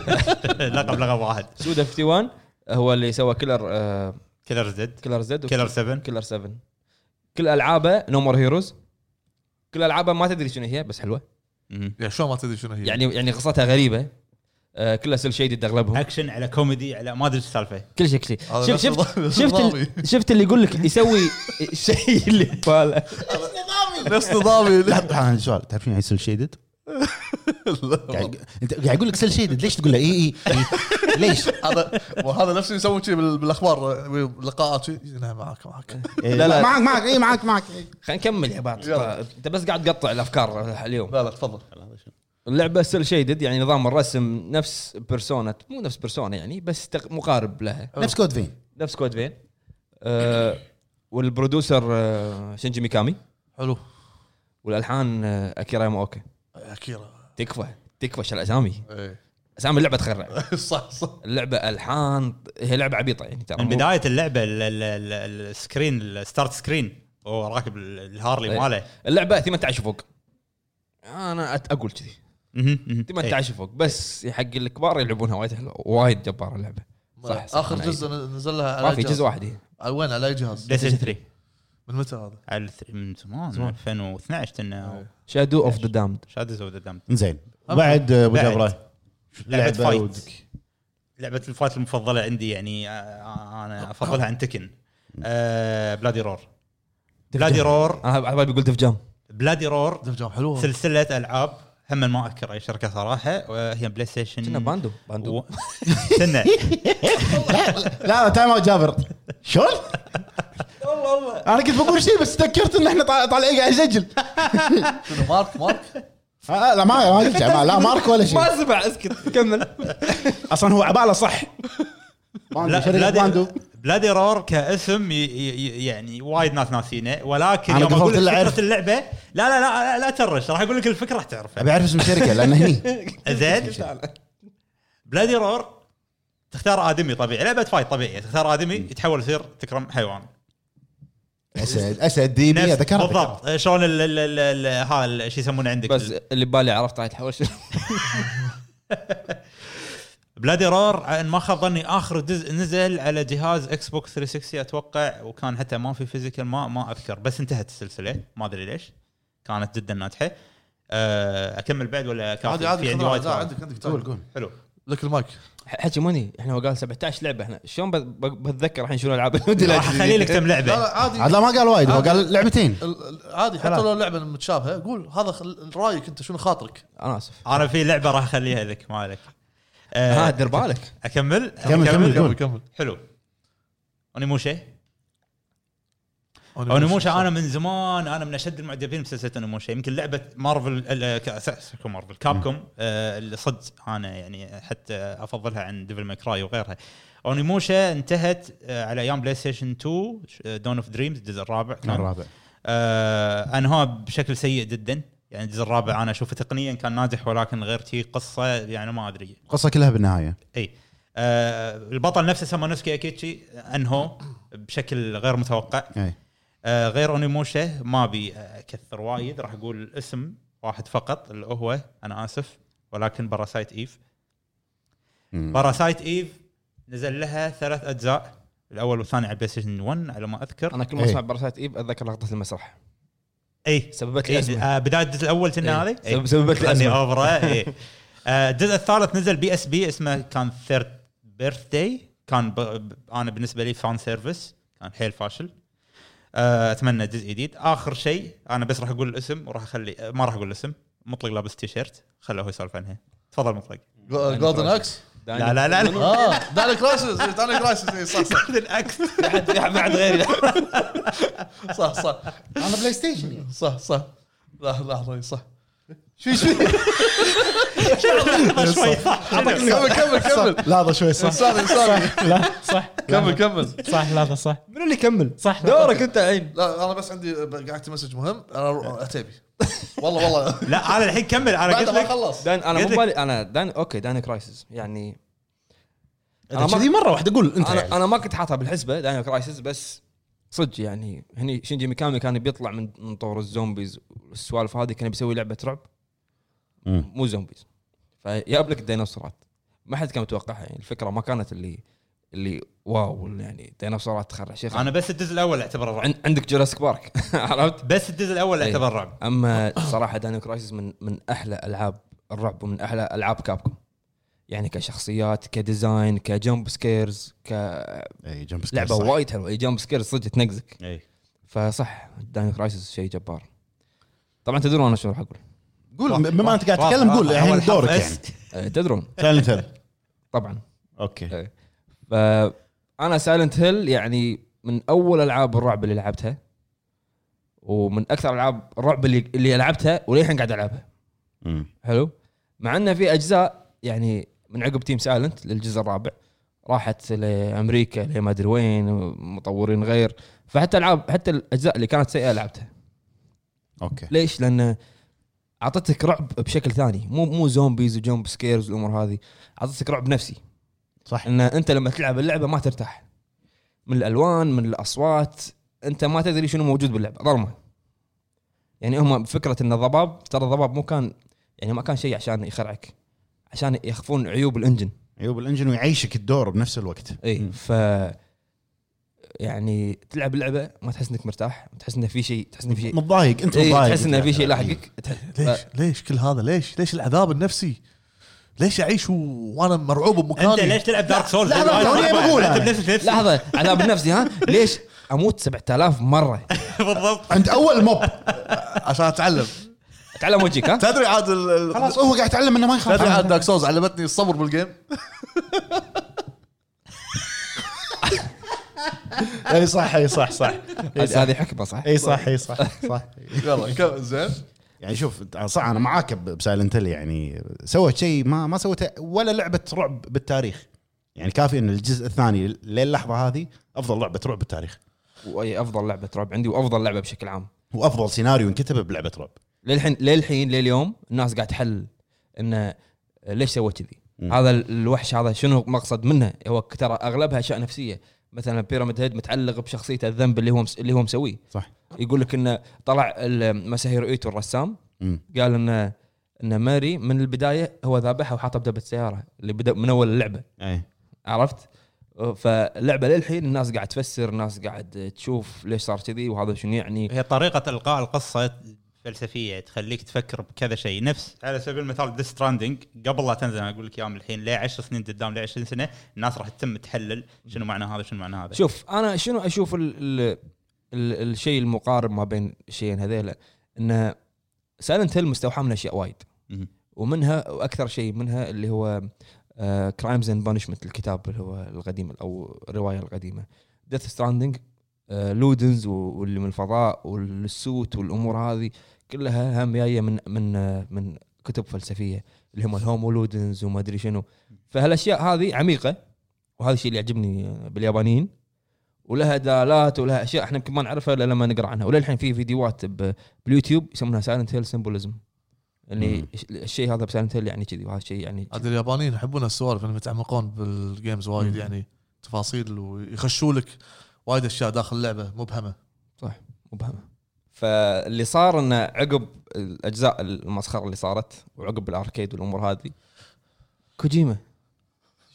S4: (laughs) لقب لقب واحد
S3: سودا 51 هو اللي سوى كيلر آه
S4: كيلرز ديد
S3: كيلر زد
S4: كيلر 7
S3: كيلر 7 كل العابه نو مور هيروز كل العابه ما تدري شنو هي بس حلوه
S4: مم.
S1: يعني شو ما تدري شنو هي
S3: يعني يعني قصتها غريبه آه كلها سيل شيدد اغلبهم
S4: اكشن على كوميدي على ما ادري ايش السالفه
S3: آه، كل شيء كل شيء
S1: هذا
S3: شفت
S1: نفس نظام-
S3: شفت شفت
S1: (laughs) نظامي.
S3: ال- شفت اللي يقول لك يسوي (laughs) الشيء اللي بباله
S1: نفس نظامي (laughs)
S2: لا طبعاً سؤال تعرفين سيل شيدد؟ قاعد انت قاعد يقول لك سيل شيدد ليش تقول له اي اي إي؟ ليش؟
S1: هذا وهذا نفسه يسوون شيء بال- بالاخبار باللقاءات شي. نعم معك معك
S2: (laughs) لا
S3: لا.
S2: لا معك معك اي معك معك
S3: خلينا نكمل يا بعض
S1: يلا.
S3: انت بس قاعد تقطع الافكار اليوم
S1: لا لا تفضل
S3: اللعبه سيل شيدد يعني نظام الرسم نفس بيرسونا مو نفس بيرسونا يعني بس تق- مقارب لها
S2: نفس كود فين
S3: نفس كود فين آه والبرودوسر آه شينجي ميكامي
S1: حلو
S3: والالحان آه اكيرا ياماوكا
S1: اكيرا
S3: تكفى تكفى شو الاسامي
S1: إيه.
S3: اسامي اللعبه تخرع
S1: (laughs) صح صح
S3: اللعبه الحان هي لعبه عبيطه يعني ترى
S4: من
S3: مو-
S4: بدايه اللعبه ال- ال- ال- السكرين الستارت سكرين وهو راكب ال- الهارلي
S3: إيه.
S4: ماله
S3: اللعبه 18 فوق انا أت- اقول كذي
S4: مهم، مهم. إيه.
S3: 18 فوق بس حق الكبار يلعبونها وايد حلوه وايد جباره اللعبه صح، صح،
S1: اخر
S3: أنا
S1: جزء نزل لها على
S3: ما في
S1: جهاز.
S3: جزء واحد هي
S1: على وين على اي جهاز؟
S4: بلاي ستيشن 3
S1: من متى هذا؟
S4: على الثري- من زمان
S3: زمان. إيه.
S4: 2012 كنا
S3: شادو اوف ذا دامد
S4: شادوز اوف ذا دامد
S2: زين بعد ابو
S4: بعد.
S2: جبره
S4: لعبه
S2: لعبة
S4: فايت
S2: ودك.
S4: لعبه الفايت المفضله عندي يعني آه، انا افضلها عن تكن آه بلادي رور بلادي رور
S3: انا على بالي بيقول ديف جام
S4: بلادي رور
S1: دمجام حلوه
S4: سلسله العاب هم ما اذكر اي شركه صراحه وهي بلاي ستيشن
S3: كنا باندو باندو
S4: آه، و... (laughs)
S3: (laughs)
S4: كنا
S2: لا تايم اوت جابر شلون؟
S3: والله والله
S2: انا كنت بقول شيء بس تذكرت ان احنا طالع- طالعين قاعد نسجل
S1: شنو مارك مارك
S2: آه، لا ما ما قلت ما- لا مارك ولا شيء
S3: ما اسمع اسكت كمل
S4: (laughs)
S2: اصلا هو عباله صح باندو،
S4: لا
S2: شركه باندو
S4: بلادي, بلادي رور كاسم ي... ي... يعني وايد ناس ناسينه ولكن
S2: أنا
S4: يوم
S2: قفلت
S4: اقول لك
S2: اللعب.
S4: فكره اللعبه لا لا لا لا, لا ترش راح اقول لك الفكره راح تعرفها
S2: ابي اعرف اسم الشركه لان هني
S4: زين بلادي رور تختار ادمي طبيعي لعبه فايت طبيعيه تختار ادمي يتحول يصير تكرم حيوان
S2: اسد اسد ديبي ذكرها
S4: بالضبط آه، شلون ال- ال- ال- ال- ها ال- شو يسمونه عندك
S3: بس اللي ببالي عرفت هاي تحول شنو
S4: بلادي رور عن ما خاب ظني اخر جزء نزل على جهاز اكس بوكس 360 اتوقع وكان حتى ما في فيزيكال ما ما اذكر بس انتهت السلسله ما ادري ليش كانت جدا ناجحه أه، اكمل بعد ولا كافي
S1: عادي عادي
S4: في عندي
S1: خذها،
S4: وايد
S1: لا،
S4: سؤال.
S1: عندك عندك
S2: قول
S1: تعال.
S2: قول
S4: حلو
S1: لك المايك
S3: حكي موني احنا هو قال 17 لعبه احنا شلون ب- ب- بتذكر الحين شنو
S4: (laughs)
S3: العاب الودي
S4: راح اخلي لك كم
S1: لا
S4: لعبه
S1: لا عادي
S2: عاد لا ما قال وايد هو قال لعبتين
S1: ال- ال- عادي حتى
S3: ثلاث.
S1: لو لعبه متشابهه قول هذا خل- رايك انت شنو خاطرك
S3: انا اسف
S4: انا في لعبه راح اخليها لك ما عليك أه،
S3: ها دير بالك
S4: اكمل
S2: كمل، كمل، قول.
S1: كمل
S4: حلو اونيموشا اونيموشا انا من زمان انا من اشد المعجبين بسلسله اونيموشا يمكن لعبه مارفل ال- ك- س- س- كو مارفل كابكوم آه، اللي صدق انا يعني حتى افضلها عن ديفل ماكراي وغيرها اونيموشا انتهت آه، على ايام بلاي ستيشن 2 دون اوف دريمز الجزء الرابع كان
S2: الرابع
S4: آه انهاها بشكل سيء جدا يعني الجزء الرابع انا اشوفه تقنيا كان ناجح ولكن غير شي قصه يعني ما ادري
S2: القصه كلها بالنهايه
S4: اي آه البطل نفسه سامونوسكي اكيتشي انهو بشكل غير متوقع
S2: اي
S4: آه غير اونيموشا ما ابي اكثر وايد راح اقول اسم واحد فقط اللي هو انا اسف ولكن باراسايت ايف
S2: مم.
S4: باراسايت ايف نزل لها ثلاث اجزاء الاول والثاني على بلاي ستيشن 1 على ما اذكر
S3: انا كل ما
S2: إيه.
S3: اسمع برسات ايب اتذكر لقطه المسرح
S4: اي
S3: سببت لي
S4: إيه
S3: ازمه
S4: آه بدايه الجزء الاول كنا
S3: إيه.
S4: هذه
S3: سبب- سببت لي
S4: اني
S3: أزمة.
S4: اوفره
S3: (laughs)
S4: إيه. آه، الجزء الثالث نزل بي اس بي اسمه كان ثيرد بيرث داي كان ب... ب- انا بالنسبه لي فان سيرفيس كان حيل فاشل آه، اتمنى جزء جديد اخر شيء انا بس راح اقول الاسم وراح اخلي آه، ما راح اقول الاسم مطلق لابس تي شيرت خله هو يسولف عنها تفضل مطلق
S1: جولدن اكس
S4: لا
S3: يعني
S4: لا لا لا
S1: اه دانا كراسس دانا كراسس إيه، صح صح
S4: العكس
S3: (laughs) ما حد غيري
S1: صح صح
S2: انا بلاي ستيشن
S1: صح صح لحظه لحظه صح
S2: شو شو
S4: شوي
S1: (laughs) كمل كمل كمل
S2: لحظه شوي صح
S1: انسان انسان
S5: لا صح
S1: كمل كمل
S5: صح لا صح
S3: منو اللي يكمل؟
S5: صح
S3: دورك إيه. انت عين
S1: لا انا بس عندي قعدت مسج مهم انا (laughs) عتيبي والله والله
S4: لا انا الحين كمل انا
S1: بعد
S4: قلت
S1: ما
S4: لك
S1: خلص
S3: دان انا
S4: قلت
S3: مو
S4: لك.
S3: بالي انا دان اوكي داني كرايسز يعني أنا ما-
S2: كذي مره واحده قول انت
S3: انا
S2: يعني.
S3: انا ما كنت حاطها بالحسبه داني كرايسز بس صدق يعني هني شينجي ميكامي كان بيطلع من من طور الزومبيز والسوالف هذه كان بيسوي لعبه رعب
S2: مم.
S3: مو زومبيز فيجاب لك الديناصورات ما حد كان متوقعها يعني الفكره ما كانت اللي اللي واو يعني ديناصورات تخرع شيء
S4: انا بس الجزء الاول اعتبره رعب
S3: عن- عندك جوراسيك بارك (laughs) عرفت
S4: بس الجزء الاول
S3: إيه.
S4: اعتبره رعب
S3: اما صراحه داني كرايسيس من من احلى العاب الرعب ومن احلى العاب كابكم يعني كشخصيات كديزاين كجمب سكيرز كلعبه
S2: اي جمب سكير صح.
S3: وايد حلوه أي جمب سكيرز صدق تنقزك
S4: اي
S3: فصح داني كرايسيس شيء جبار طبعا تدرون انا شو راح اقول
S2: قول بما انت قاعد تتكلم
S4: واضح،
S2: قول
S4: واضح.
S2: الحين
S4: أول
S2: دورك
S4: حرف
S2: يعني
S4: S.
S3: أه، تدرون
S2: سايلنت هيل
S3: طبعا
S2: اوكي
S3: فانا سايلنت هيل يعني من اول العاب الرعب اللي لعبتها ومن اكثر العاب الرعب اللي اللي لعبتها وللحين قاعد العبها
S2: مم.
S3: حلو مع انه في اجزاء يعني من عقب تيم سايلنت للجزء الرابع راحت لامريكا لما ادري وين مطورين غير فحتى العاب حتى الاجزاء اللي كانت سيئه لعبتها
S2: اوكي
S3: ليش؟ لان اعطتك رعب بشكل ثاني مو مو زومبيز وجمب سكيرز والامور هذه اعطتك رعب نفسي
S2: صح
S3: ان انت لما تلعب اللعبه ما ترتاح من الالوان من الاصوات انت ما تدري شنو موجود باللعبه ضرمه يعني هم فكره ان الضباب ترى الضباب مو كان يعني ما كان شيء عشان يخرعك عشان يخفون عيوب الانجن
S2: عيوب الانجن ويعيشك الدور بنفس الوقت
S3: اي ف يعني تلعب اللعبه ما تحس انك مرتاح تحس انه في شيء تحس انه في شيء
S2: متضايق انت
S3: إي،
S2: متضايق
S3: إيه، تحس انه في شيء لاحقك تحس-
S1: ليش ليش كل هذا ليش ليش العذاب النفسي ليش اعيش و- وانا مرعوب بمكاني
S4: انت ليش تلعب دارك سولز
S2: لا، لا، لا، أنا بقول
S4: انت
S2: أنا.
S4: بنفس نفس
S3: لحظه عذاب النفسي ها ليش اموت 7000 مره
S4: بالضبط
S2: عند اول موب
S1: عشان اتعلم
S3: تعلم
S2: (laughs)
S3: وجهك ها
S1: تدري عاد ال- ال-
S2: خلاص هو قاعد يتعلم انه ما يخاف (laughs)
S1: تدري عاد دارك سولز علمتني الصبر بالجيم
S2: اي إيه، صح اي صح صح
S3: هذه هذه حكمه إيه، صح
S2: اي صح اي صح صح
S1: يلا كم- زين
S2: يعني شوف صح انا معاك بسايلنت هيل يعني سوت شيء ما ما سوته ولا لعبه رعب بالتاريخ يعني كافي ان الجزء الثاني للحظه هذه افضل لعبه رعب بالتاريخ
S3: واي افضل لعبه رعب عندي وافضل لعبه بشكل عام
S2: وافضل سيناريو انكتب بلعبه رعب
S3: للحين للحين لليوم الناس قاعد تحل انه ليش سوى كذي
S2: مم.
S3: هذا ال- الوحش هذا شنو مقصد منه هو ترى اغلبها اشياء نفسيه مثلا بيراميد هيد متعلق بشخصيته الذنب اللي هو مس... اللي هو مسويه
S2: صح.
S3: يقول لك انه طلع ال- مساهيرو ايتو الرسام
S2: مم.
S3: قال انه ان ماري من البدايه هو ذابحها وحاطها بدبه سياره اللي بدا من اول اللعبه
S2: ايه
S3: عرفت فاللعبه للحين الناس قاعد تفسر الناس قاعد تشوف ليش صار كذي وهذا شنو يعني
S4: هي طريقه القاء القصه فلسفيه تخليك تفكر بكذا شيء نفس على سبيل المثال ديستراندنج قبل لا تنزل انا اقول لك اياهم الحين لا 10 سنين قدام لا 20 سنه الناس راح تتم تحلل شنو معنى هذا شنو معنى هذا
S3: شوف انا شنو اشوف ال ال ال الشيء المقارب ما بين الشيئين هذيلا انه سايلنت هيل مستوحى من اشياء وايد
S4: مهم.
S3: ومنها واكثر شيء منها اللي هو آه، كرايمز اند بانشمنت الكتاب اللي هو القديم او الروايه القديمه ديث ستراندنج لودنز آه، واللي من الفضاء والسوت والامور هذه كلها هم جايه من من آه، من كتب فلسفيه اللي هم الهومو لودنز وما ادري شنو فهالاشياء هذه عميقه وهذا الشيء اللي يعجبني آه، باليابانيين ولها دالات ولها اشياء احنا يمكن ما نعرفها الا لما نقرا عنها وللحين في فيديوهات ب- باليوتيوب يسمونها سايلنت هيل سيمبوليزم يعني
S2: مم.
S3: الشيء هذا بسايلنت هيل يعني كذي وهذا الشيء يعني
S1: عاد اليابانيين يحبون السوالف انهم يتعمقون بالجيمز وايد
S3: مم.
S1: يعني تفاصيل ويخشوا لك وايد اشياء داخل اللعبه مبهمه
S3: مبهمه فاللي صار انه عقب الاجزاء المسخره اللي صارت وعقب الاركيد والامور هذه كوجيما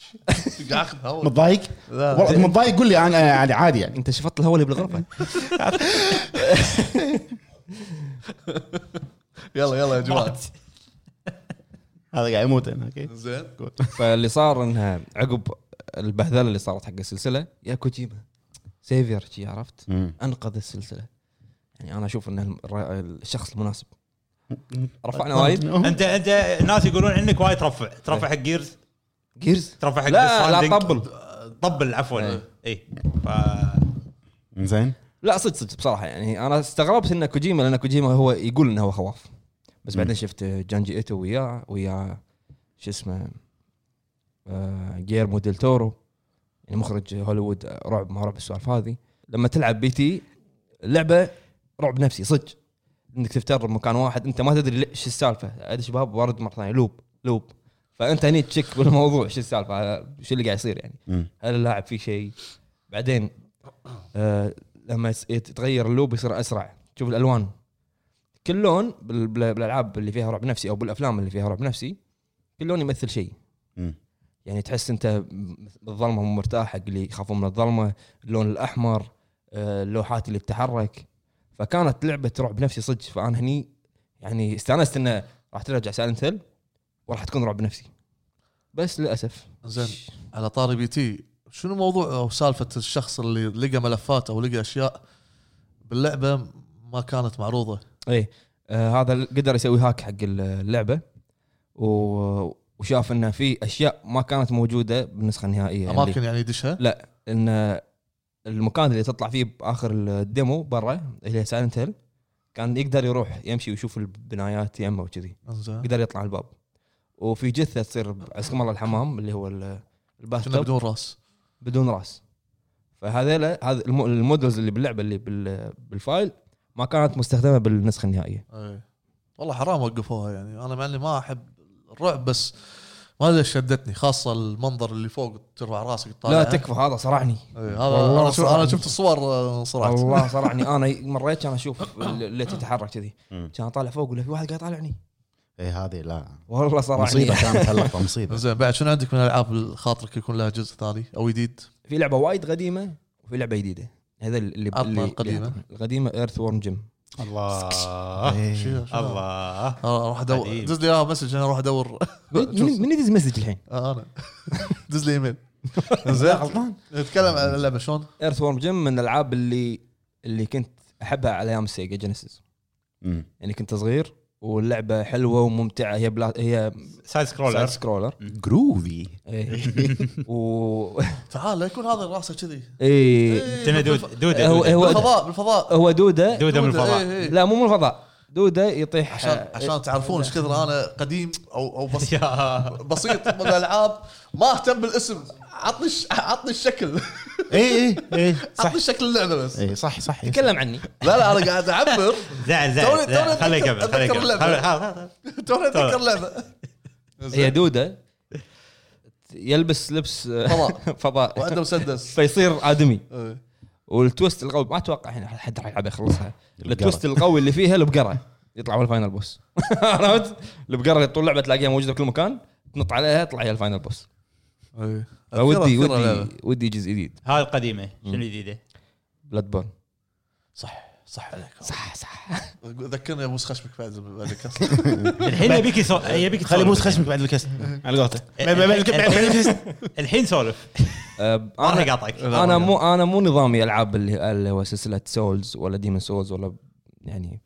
S1: (laughs) قاعد اخذ هواء
S2: متضايق؟ والله متضايق قول لي انا يعني عادي يعني
S3: انت شفت الهواء اللي بالغرفه
S1: يلا يلا يا جماعه
S4: مرات.
S2: هذا قاعد يموت انا اوكي
S1: زين
S3: فاللي صار انها عقب البهذله اللي صارت حق السلسله يا كوجيما سيفير شي عرفت
S2: مم.
S3: انقذ السلسله يعني انا اشوف انه الر- الشخص المناسب رفعنا وايد
S4: انت انت الناس يقولون انك وايد ترفع ترفع حق جيرز
S3: جيرز
S4: ترفع حق
S3: لا
S4: Death
S3: لا
S4: Stranding.
S3: طبل
S4: طبل عفوا
S3: إيه.
S4: اي
S2: زين
S3: لا صدق صدق بصراحه يعني انا استغربت ان كوجيما لان كوجيما هو يقول انه هو خواف بس
S2: مم.
S3: بعدين شفت جانجي ايتو وياه ويا شو اسمه آه، جيرمو ديل تورو يعني مخرج هوليوود آه، رعب ما رعب السوالف هذه لما تلعب بي تي لعبه رعب نفسي صدق انك تفتر بمكان واحد انت ما تدري ليش السالفه ادش باب وارد مره ثانيه لوب لوب فانت هني تشك بالموضوع شو السالفه شو اللي قاعد يصير يعني
S2: مم.
S3: هل اللاعب فيه شيء بعدين آه لما يس- يتغير اللوب يصير اسرع تشوف الالوان كل لون بال- بال- بالالعاب اللي فيها رعب نفسي او بالافلام اللي فيها رعب نفسي كل لون يمثل شيء
S2: مم.
S3: يعني تحس انت م- بالظلمه مو مرتاح حق اللي يخافون من الظلمه اللون الاحمر آه، اللوحات اللي تتحرك فكانت لعبه رعب نفسي صدق فانا هني يعني استانست انه راح ترجع سايلنت هيل وراح تكون رعب نفسي بس للاسف
S1: زين على طاري بي تي شنو موضوع او سالفه الشخص اللي لقى ملفات او لقى اشياء باللعبه ما كانت معروضه
S3: ايه آه هذا قدر يسوي هاك حق اللعبه و- وشاف انه في اشياء ما كانت موجوده بالنسخه النهائيه يعني
S1: اماكن يعني يدشها
S3: ان المكان اللي تطلع فيه باخر الديمو برا اللي هي سايلنت هيل كان يقدر يروح يمشي ويشوف البنايات يمه وكذي
S1: زين
S3: يقدر يطلع الباب وفي جثه تصير عزكم الله الحمام اللي هو ال- الباث
S1: كنا
S3: توب
S1: بدون راس
S3: بدون راس فهذيلا هذا الم- المودلز اللي باللعبه اللي بال- بالفايل ما كانت مستخدمه بالنسخه النهائيه
S1: أي. والله حرام وقفوها يعني انا مع اني ما احب الرعب بس ما ادري إيش شدتني خاصه المنظر اللي فوق ترفع راسك
S3: لا
S1: تطالع
S3: تكفى هذا صرعني إيه. والله
S1: إيه، هذا أنا-
S3: صراحة.
S1: انا شفت الصور آه، انصرعت (laughs)
S3: والله صرعني انا مريت كان اشوف ال- اللي تتحرك كذي
S2: مم.
S3: كان طالع فوق ولا في واحد قاعد يطالعني
S2: ايه هذه لا
S3: والله
S2: مصيبه
S3: صرعني
S2: كانت هاللقطه (laughs) مصيبه
S1: زين بعد شنو عندك من العاب خاطرك يكون لها جزء ثاني او جديد؟
S3: في لعبه وايد قديمه وفي لعبه جديده هذا اللي
S1: عطنا
S3: اللي-
S1: القديمة.
S3: اللي- القديمه ايرث وورم جيم
S2: (laughs)
S4: الله
S2: إيه.
S1: شنو- شنو؟
S4: الله
S1: آه، اروح ادور
S4: قديم.
S1: دز لي اياها مسج انا اروح (laughs) ادور
S3: من من يدز مسج الحين
S1: آه، انا (laughs) دز لي
S3: (laughs)
S1: ايميل زين غلطان نتكلم عن اللعبه شلون؟
S3: ايرث وورم جيم من الالعاب اللي اللي كنت احبها على ايام السيجا جينيسيس
S2: مم.
S3: يعني كنت صغير واللعبه حلوه وممتعه هي بلا هي
S4: سايد سكرولر
S3: سايد سكرولر
S2: جروفي
S3: إيه.
S1: (laughs)
S3: و
S1: تعال لا يكون هذا راسه كذي
S3: إيه.
S4: تنا دود دود
S3: هو
S4: دود.
S3: هو
S1: بالفضاء بالفضاء
S3: هو دوده
S4: دوده من
S1: دودة،
S4: الفضاء
S1: إيه، إيه.
S3: لا مو من الفضاء دوده يطيح إيه.
S1: عشان عشان تعرفون ايش كثر انا قديم او او بسيط
S4: (laughs) (laughs) يا
S1: بسيط من الالعاب ما اهتم بالاسم عطني الش- عطني الشكل
S2: اي اي (laughs)
S1: عطني شكل اللعبه بس
S2: اي صح صح إيه.
S3: تكلم عني
S1: لا لا انا قاعد (laughs) اعبر
S4: زعل
S1: توني-
S4: زعل
S1: توني
S4: زعل. خليه
S1: أتذكر-
S4: يكمل خليه
S1: أتذكر
S4: يكمل
S1: اللعبة. (laughs)
S4: خليه- خليه- خليه.
S1: توني اتذكر اللعبه
S3: هي دوده يلبس لبس آه،
S1: فضاء
S3: فضاء
S1: وعنده مسدس
S3: فيصير ادمي
S1: إيه.
S3: والتويست القوي ما اتوقع الحين حد راح يلعبها يخلصها
S2: البقرة.
S3: التويست القوي اللي فيها البقره يطلع هو الفاينل بوس (laughs) عرفت؟ البقره اللي طول اللعبه تلاقيها موجوده بكل مكان تنط عليها يطلع هي الفاينل بوس
S1: أذكرها-
S3: ودي
S1: أذكرها لعبة.
S3: ودي ودي جزء جديد
S4: هاي القديمه شنو الجديده؟
S3: بلاد بورن
S1: صح صح عليك
S3: صح صح
S1: ذكرني ابوس خشمك بعد بعد الكاس (laughs)
S4: الحين يبيك يسو- يبيك
S5: خلي
S4: تسولف
S5: يبوس
S4: الحين.
S5: خشمك بعد الكاست على قولته
S4: ال-
S5: بعد- بعد- بعد- بعد الكاست.
S4: الحين سولف
S3: آه،
S4: ما راح
S3: انا
S4: اقاطعك
S1: لا،
S3: انا
S1: ما (laughs)
S3: مو انا مو نظامي العاب اللي اللي هو سلسله سولز ولا ديمون سولز ولا يعني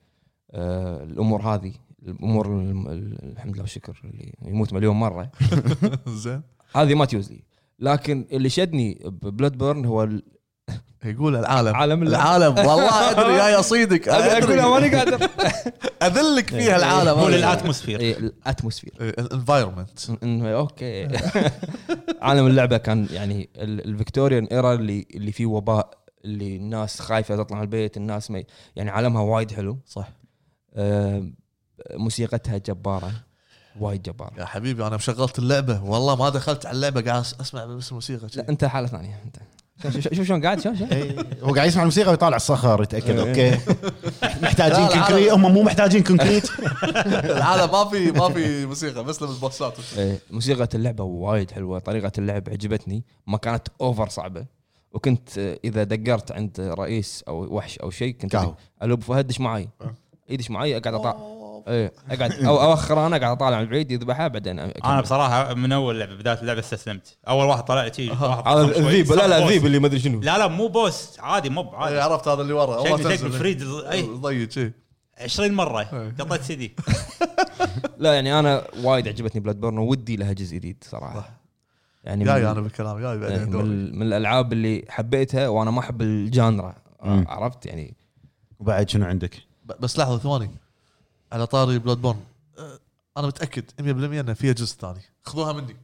S3: آه الامور هذه الامور الم- ال- الحمد لله والشكر اللي يموت مليون مره
S1: زين
S3: هذه ما تيوزلي لكن اللي شدني ببلاد بيرن هو ال-
S1: يقول العالم
S3: عالم اللعب.
S1: العالم والله ادري يا صيدك
S3: ابي اقولها
S1: أدري.
S3: ماني
S1: (laughs)
S3: قادر
S1: اذلك فيها العالم (laughs)
S4: مو للاتموسفير
S3: إيه، الاتموسفير
S1: الانفايرمنت
S3: انه اوكي (laughs) عالم اللعبه كان يعني ال- الفيكتوريان ايرا اللي اللي فيه وباء اللي الناس خايفه تطلع من البيت الناس ما ي- يعني عالمها وايد حلو
S1: صح
S3: آم، آه، موسيقتها جباره وايد جباره
S1: يا حبيبي انا مشغلت اللعبه والله ما دخلت على اللعبه قاعد أس- اسمع بس الموسيقى (laughs)
S3: لا انت حاله ثانيه انت شوف- شوف شوف شلون قاعد شوف
S4: (laughs)
S3: شوف
S2: هو قاعد يسمع الموسيقى ويطالع الصخر يتاكد اوكي
S5: محتاجين
S1: لا، لا،
S5: كونكريت
S1: لا.
S5: هم مو محتاجين كونكريت
S1: العالم ما في ما في موسيقى بس لما البوسات (laughs)
S3: إيه، موسيقى اللعبه وايد حلوه طريقه اللعب عجبتني ما كانت اوفر صعبه وكنت آه، اذا دقرت عند رئيس او وحش او شيء كنت
S2: قهوة.
S3: الوب فهد دش معي
S4: أه.
S3: يدش معي اقعد اطالع ايه اقعد او اوخر انا اقعد اطالع من بعيد يذبحها بعدين أكمل.
S4: انا بصراحه من اول لعبه بدايه اللعبه استسلمت اول واحد طلع لي شي، واحد
S3: هذا
S4: طلع شوي.
S3: الذيب لا لا
S4: بوس.
S3: الذيب اللي ما ادري شنو
S4: لا لا مو بوس عادي موب
S1: إيه،
S4: عادي
S1: عرفت هذا اللي ورا أول ما
S4: شكل
S1: تنزل. إيه.
S4: شكل فريد إيه. ال- اي
S1: ضيق شي
S4: 20 مره قطيت
S1: (laughs)
S4: سيدي
S3: لا يعني انا وايد عجبتني بلاد بورن ودي لها جزء جديد صراحه يعني من-
S1: جاي انا بالكلام جاي
S3: يعني
S2: (laughs)
S1: بعدين
S3: من,
S1: دوري.
S3: ال- من الالعاب اللي حبيتها وانا ما احب الجانرا
S2: مم.
S3: عرفت يعني
S2: وبعد شنو عندك؟
S1: ب- بس لحظه ثواني على طاري بلاد بورن أه، انا متاكد 100% انه فيها جزء ثاني خذوها مني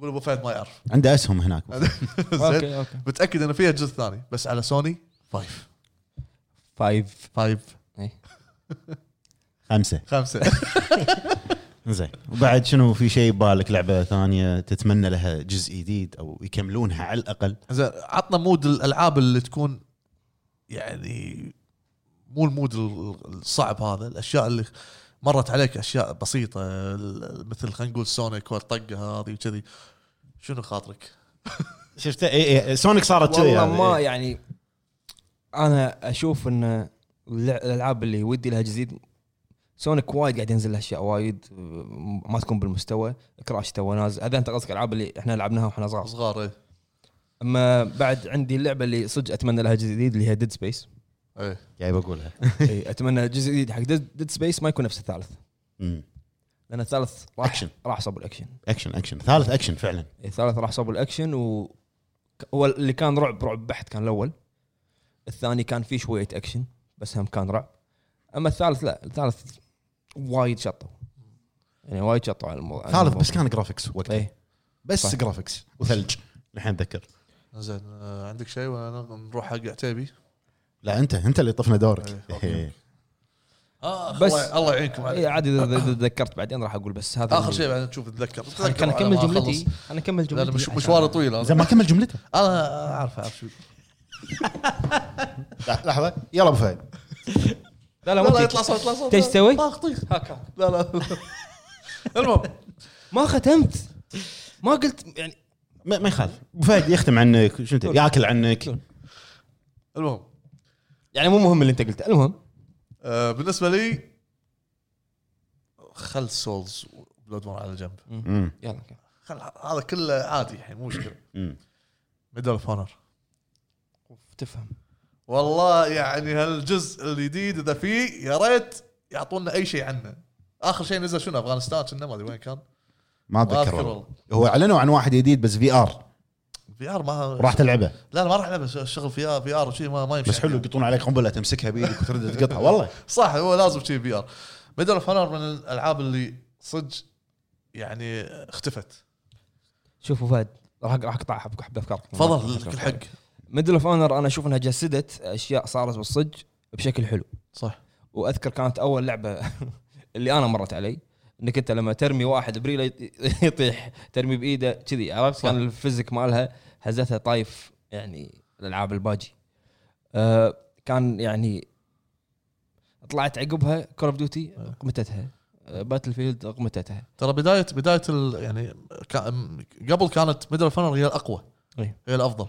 S1: قول ابو فهد ما يعرف (laughs)
S2: عنده اسهم هناك
S1: زين
S3: اوكي اوكي
S1: متاكد انه فيها جزء ثاني بس على سوني فايف
S3: فايف
S1: فايف
S3: إيه.
S2: خمسه
S1: خمسه
S2: زين وبعد شنو في شيء ببالك لعبه ثانيه تتمنى لها جزء جديد او يكملونها على الاقل
S1: زين عطنا مود الالعاب اللي تكون يعني مو المود ال- الصعب هذا الاشياء اللي مرت عليك اشياء بسيطه ال- مثل خلينا نقول سونيك والطقه هذه وكذي شنو خاطرك؟
S2: شفت اي اي سونيك صارت كذي
S3: والله
S2: يعني.
S3: ما يعني انا اشوف ان اللع- الالعاب اللي ودي لها جديد سونيك وايد قاعد ينزل لها اشياء وايد م- ما تكون بالمستوى كراش تو نازل هذا انت قصدك الالعاب اللي احنا لعبناها واحنا صغار
S1: صغار ايه
S3: اما بعد عندي اللعبه اللي صدق اتمنى لها جزء جديد اللي هي ديد
S2: (laughs)
S3: سبيس
S1: ايه
S2: جاي بقولها
S3: اتمنى جزء جديد حق ديد سبيس ما يكون نفس الثالث
S2: أمم.
S3: لان الثالث راح
S2: أكشن.
S3: راح صوب الاكشن
S2: اكشن اكشن ثالث اكشن فعلا
S3: الثالث راح صوب الاكشن و ك- هو اللي كان رعب رعب بحت كان الاول الثاني كان فيه شويه اكشن بس هم كان رعب اما الثالث لا الثالث وايد شطوا يعني وايد شطوا على الموضوع
S2: ثالث بس كان جرافيكس وقتها
S3: ايه
S2: بس
S3: صح.
S2: جرافيكس وثلج الحين اتذكر
S1: زين آه، عندك شيء ولا ن- نروح حق عتيبي؟
S2: لا انت انت اللي طفنا دورك
S1: إيه،
S2: (laughs)
S1: أوكي. آه
S3: بس-
S1: الله- الله يعينكم
S3: إيه،
S1: عليه.
S3: عادي اذا إذا تذكرت بعدين راح اقول بس هذا
S1: اخر
S3: اللي-
S1: شيء بعدين نشوف نتذكر
S3: خل- خل
S1: على
S3: اكمل
S1: ما
S3: جملتي
S1: أخلص.
S3: انا اكمل
S1: لا، لا
S3: جملتي
S1: مش
S3: عشان-
S1: مشواري طويل انا
S2: زين ما كمل جملته
S1: أنا اعرف اعرف شو
S2: لحظه يلا ابو فهد
S3: لا لا
S1: لا
S3: مو
S1: لا
S3: تيجي.
S1: يطلع صوت يطلع صوت
S3: تيجي تسوي؟
S1: طاخ طيخ
S3: هاك هاك
S1: لا لا المهم
S3: ما ختمت ما قلت يعني
S2: ما, ما يخالف ابو فهد يختم عنك شنو تبي؟ ياكل عنك
S1: المهم
S3: يعني مو مهم اللي انت قلته المهم
S1: آه، بالنسبه لي خل سولز بلود بورن على جنب
S2: أمم.
S3: يلا
S1: خل هذا كله عادي الحين مو مشكله
S2: أمم.
S1: ميدل اوف اونر
S3: تفهم
S1: والله يعني هالجزء الجديد اذا فيه يا ريت يعطونا اي شيء عنه اخر شيء نزل شنو افغانستان كنا ما ادري وين كان
S2: ما
S1: ما
S2: اتذكر
S1: اذكر
S2: والله.
S1: والله
S2: هو اعلنوا عن واحد جديد بس في ار
S1: في ار ما
S2: راح تلعبه
S1: لا لا، ما راح العب شغل في ار في ار وشي ما, ما يمشي
S2: بس حلو يقطون عليك قنبله تمسكها بايدك وترد (laughs) تقطها والله
S1: صح هو لازم شيء في ار ميدل اوف اونر من الالعاب اللي صدق يعني اختفت
S3: شوفوا فهد راح راح اقطعها بك- بافكارك
S1: تفضل لك الحق
S3: ميدل اوف اونر انا اشوف انها جسدت اشياء صارت بالصج بشكل حلو
S1: صح
S3: (laughs) واذكر كانت اول لعبه اللي انا مرت علي انك انت لما ترمي واحد بريله يط- يطيح ترمي بايده كذي عرفت كان الفيزيك مالها هزتها طايف يعني الالعاب الباجي آه كان يعني طلعت عقبها كور اوف ديوتي قمتتها باتل فيلد قمتتها
S1: ترى بدايه بدايه ال يعني كا- م- قبل كانت ميدل فنر هي الاقوى
S3: إي.
S1: هي الافضل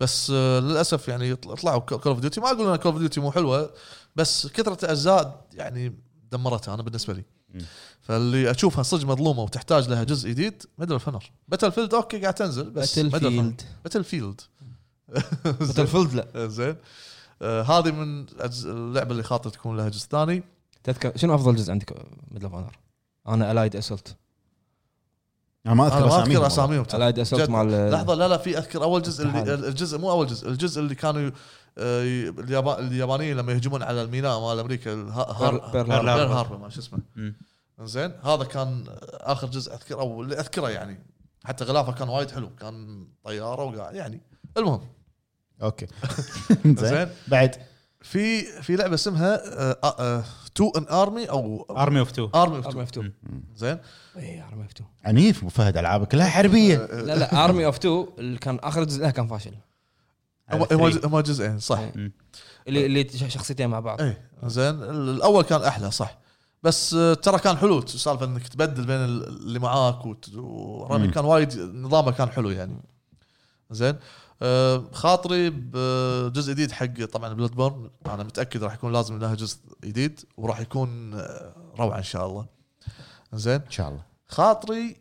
S1: بس آه، للاسف يعني طل- طلعوا كول اوف ديوتي ما اقول ان كول اوف ديوتي مو حلوه بس كثره الاجزاء يعني دمرتها انا بالنسبه لي
S2: مم.
S1: فاللي اشوفها صدق مظلومه وتحتاج لها جزء جديد ميدل فنر باتل فيلد اوكي قاعد تنزل بس
S3: باتل فيلد
S1: باتل فيلد
S2: (laughs)
S3: باتل فيلد لا
S1: (laughs) زين آه، هذه من أجز- اللعبه اللي خاطر تكون لها جزء ثاني
S3: تذكر شنو افضل جزء عندك ميدل اوف اونر؟ انا الايد اسلت
S2: انا ما
S1: انا ما
S2: اذكر اساميهم
S1: اذكر
S2: والله.
S1: اساميهم ترى.
S3: الايد
S1: جد.
S3: اسلت مال
S1: لحظه لا لا في اذكر اول جزء اللي
S3: تعال.
S1: الجزء مو اول جزء الجزء اللي كانوا آه، ي- اليابا- اليابانيين لما يهجمون على الميناء مال امريكا الها-
S3: بيرل-
S1: هار-
S3: بيرل
S1: بيرل
S4: هاربر.
S1: هاربر ما شو اسمه
S4: مم.
S1: زين هذا كان اخر جزء اذكر او اللي اذكره يعني حتى غلافه كان وايد حلو كان طياره وقاعد يعني المهم
S2: (laughs) اوكي زين
S1: زين
S2: بعد
S1: في في لعبه اسمها آه، تو ان ارمي او
S4: ارمي اوف تو
S1: ارمي
S3: ارمي اوف 2
S1: زين
S3: اي ارمي اوف 2
S2: عنيف ابو فهد العابه كلها حربيه
S3: لا لا ارمي اوف 2 اللي كان اخر جزء لها كان فاشل
S1: هو- هو جزء- هو جزئين صح
S3: اللي اللي ش- شخصيتين مع بعض
S1: اي إيه، زين ال- الاول كان احلى صح بس آه، ترى كان حلو سالفه انك تبدل بين ال- اللي معاك وت- ورامي
S2: مم.
S1: كان وايد نظامه كان حلو يعني زين آه، خاطري بجزء جديد حق طبعا بلاد بورن انا متاكد راح يكون لازم لها جزء جديد وراح يكون آه، روعه ان شاء الله زين
S2: ان شاء الله
S1: خاطري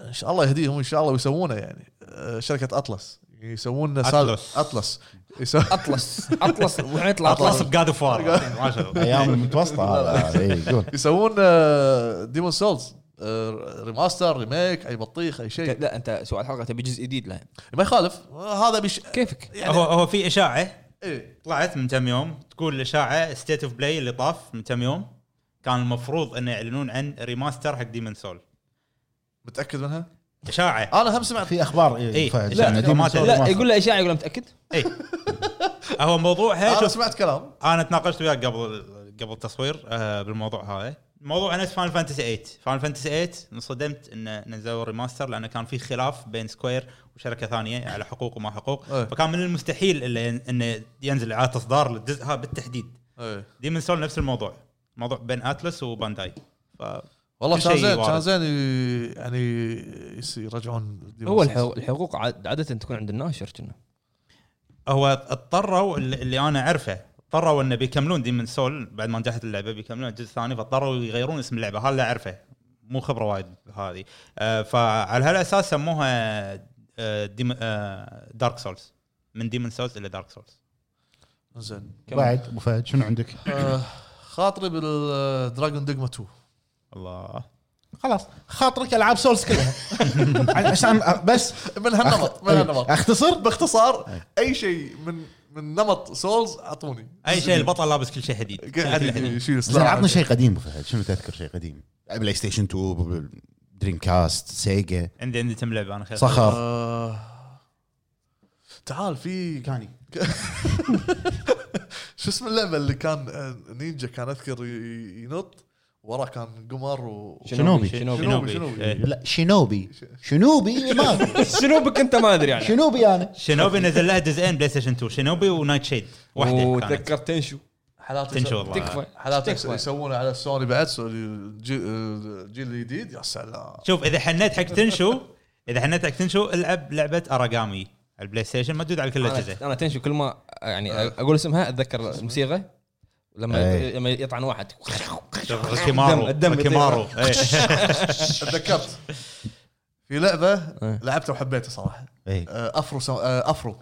S1: ان شاء الله يهديهم ان شاء الله ويسوونه يعني آه، شركه اطلس يسوون لنا سال-
S4: أطلس.
S1: اطلس يسو-
S3: اطلس اطلس وين يطلع
S4: اطلس
S3: اطلس
S4: بجاد
S1: (laughs)
S4: اوف وار
S2: ايام المتوسطه هذا إيه، اي (laughs) قول
S1: يسوون آه، ديمون سولز آه، ريماستر ريميك اي بطيخ اي شيء
S3: لا انت سؤال حلقه تبي جزء جديد لها
S1: ما يخالف آه، هذا بيش
S3: كيفك
S1: يعني
S4: هو هو في اشاعه
S1: إيه.
S4: طلعت من كم يوم تقول الاشاعه ستيت اوف بلاي اللي طاف من كم يوم كان المفروض انه يعلنون عن ريماستر حق ديمن سول
S1: متاكد منها؟
S4: اشاعه
S1: انا هم سمعت
S2: في اخبار اي
S4: إي.
S2: فهد
S4: لا،
S2: عن
S4: لا،
S2: Demon's
S4: ما
S2: Souls
S4: تدري.
S3: لا
S2: إيه، ما
S3: يقول له اشاعه يقول له متاكد
S4: اي إيه. هو موضوعها
S1: انا
S4: إيه، شوف
S1: سمعت كلام
S4: انا تناقشت وياك قبل قبل التصوير آه بالموضوع هذا الموضوع نفس فان فانتسي 8 فان فانتسي 8 انصدمت انه نزلوا ريماستر لانه كان في خلاف بين سكوير وشركه ثانيه على حقوق وما حقوق
S1: إيه.
S4: فكان من المستحيل الا ين- انه ينزل اعاده اصدار للجزء هذا بالتحديد
S1: إيه.
S4: ديمن سول نفس الموضوع موضوع بين اتلس وبانداي ف
S1: والله
S4: كل
S1: كان
S4: شيء
S1: زين كان
S4: وارد.
S1: زين ي- يعني يس- يرجعون Demon's
S3: هو
S1: Souls.
S3: الحقوق- الحقوق عاد- عاده تكون عند الناشر كنا
S4: هو اضطروا اللي اللي انا اعرفه اضطروا انه بيكملون ديمن سول بعد ما نجحت اللعبه بيكملون الجزء الثاني فاضطروا يغيرون اسم اللعبه هذا اللي اعرفه مو خبره وايد هذه آه، فعلى هالاساس سموها آه، دارك سولز من ديمن سولز الى دارك سولز
S1: زين
S2: بعد ابو فهد شنو عندك؟
S1: آه، خاطري آه، بالدراجون ديجما 2
S4: الله
S2: خلاص خاطرك العاب سولز كلها (laughs) عشان بس
S1: من هالنمط من هالنمط
S2: اختصر
S1: باختصار اي شيء من من نمط سولز اعطوني
S4: اي شيء البطل لابس كل شيء حديد كل شيء حديد.
S1: شيل
S2: زين عطنا شيء قديم ابو فهد شنو تذكر شيء قديم؟ بلاي ستيشن 2 دريم كاست سيجا
S4: عندي عندي كم لعبه
S1: آه،
S4: انا خير
S2: صخر
S1: تعال في
S2: كاني
S1: (laughs) شو اسم اللعبه اللي كان آه، نينجا كان اذكر ي- ينط ورا كان قمر و
S2: شنوبي.
S3: شنوبي
S1: شنوبي.
S4: شنوبي
S1: شنوبي.
S4: إيه.
S2: لا شينوبي شينوبي إيه، ما
S3: (laughs) شنوبك انت ما ادري يعني
S2: شينوبي انا
S4: شنوبي نزل لها جزئين بلاي ستيشن 2 شنوبي ونايت شيد واحده كانت
S3: وتذكرت تنشو
S1: حالات
S4: تنشو والله
S3: تكفى
S1: حالات يس-
S3: تكفى.
S1: يسوونها على سوني بعد سوني الجي- آه، الجيل الجديد يا سلام
S4: شوف اذا حنيت حق تنشو اذا حنيت حق تنشو العب لعبه اراجامي على البلاي ستيشن موجود على كل الاجهزه
S3: انا أنا تنشو كل ما يعني اقول اسمها اتذكر الموسيقى لما
S2: أي.
S3: لما يطعن واحد
S4: كيمارو
S3: الدم- الدم
S4: كيمارو إيه.
S1: تذكرت في لعبه
S3: إيه.
S1: لعبتها وحبيتها صراحه
S2: إيه.
S1: آه، افرو سم... آه، افرو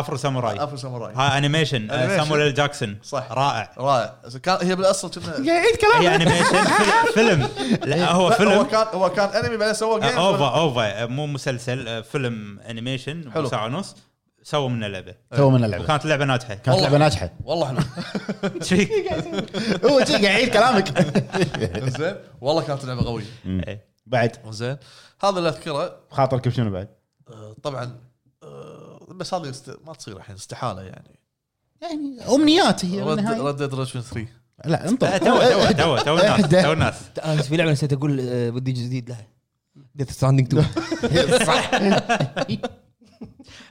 S4: افرو ساموراي
S1: افرو ساموراي
S4: ها انيميشن
S1: أنيميشن.
S4: سامويل إل جاكسون
S1: صح.
S4: رائع
S1: رائع كان هي بالاصل كنا
S4: هي انيميشن فيل- (laughs) فيلم لا هو
S1: لا، هو
S4: (laughs) فيلم
S1: كان هو كان انمي بعدين سوى
S4: آه،
S1: جيم
S4: اوفا اوفا آه، مو مسلسل آه، فيلم انيميشن
S1: حلو.
S4: ساعه ونص سووا منه لعبه
S2: تو من اللعبه
S4: وكانت لعبه ناجحه (laughs)
S2: كانت
S1: والله.
S2: لعبه ناجحه
S1: والله حلو
S4: إيش فيك؟
S2: هو شي قاعد يعيد كلامك
S1: زين والله كانت لعبه قويه
S4: إيه.
S2: (laughs) بعد
S1: زين هذا اللي اذكره
S2: خاطرك بشنو بعد؟
S1: آه، طبعا آه، بس هذه است... ما تصير الحين استحاله يعني
S2: يعني امنيات هي
S1: رد آه،
S2: بالنهاية.
S1: رد ديد ريدمشن 3
S2: لا انطر
S4: لا، تو
S2: (laughs)
S4: تو تو تو الناس تو الناس
S3: انا في لعبه نسيت اقول آه، ودي جديد لها ديث ستراندنج 2 صح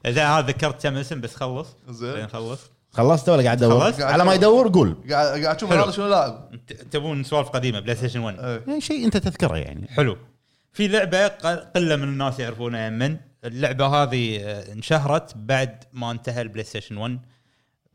S4: اذا هذا ذكرت كم اسم بس خلص
S1: زين
S4: زين خلص
S2: خلصت ولا قاعد ادور
S4: خلصت؟
S2: على ما يدور قول
S1: قاعد قاعد اشوف
S4: حلو.
S1: هذا شنو لاعب
S4: ت- تبون سوالف قديمه بلاي ستيشن 1
S1: إيه.
S2: يعني شيء انت تذكره يعني
S4: حلو في لعبه ق- قله من الناس يعرفونها من اللعبه هذه آه، انشهرت بعد ما انتهى البلاي ستيشن 1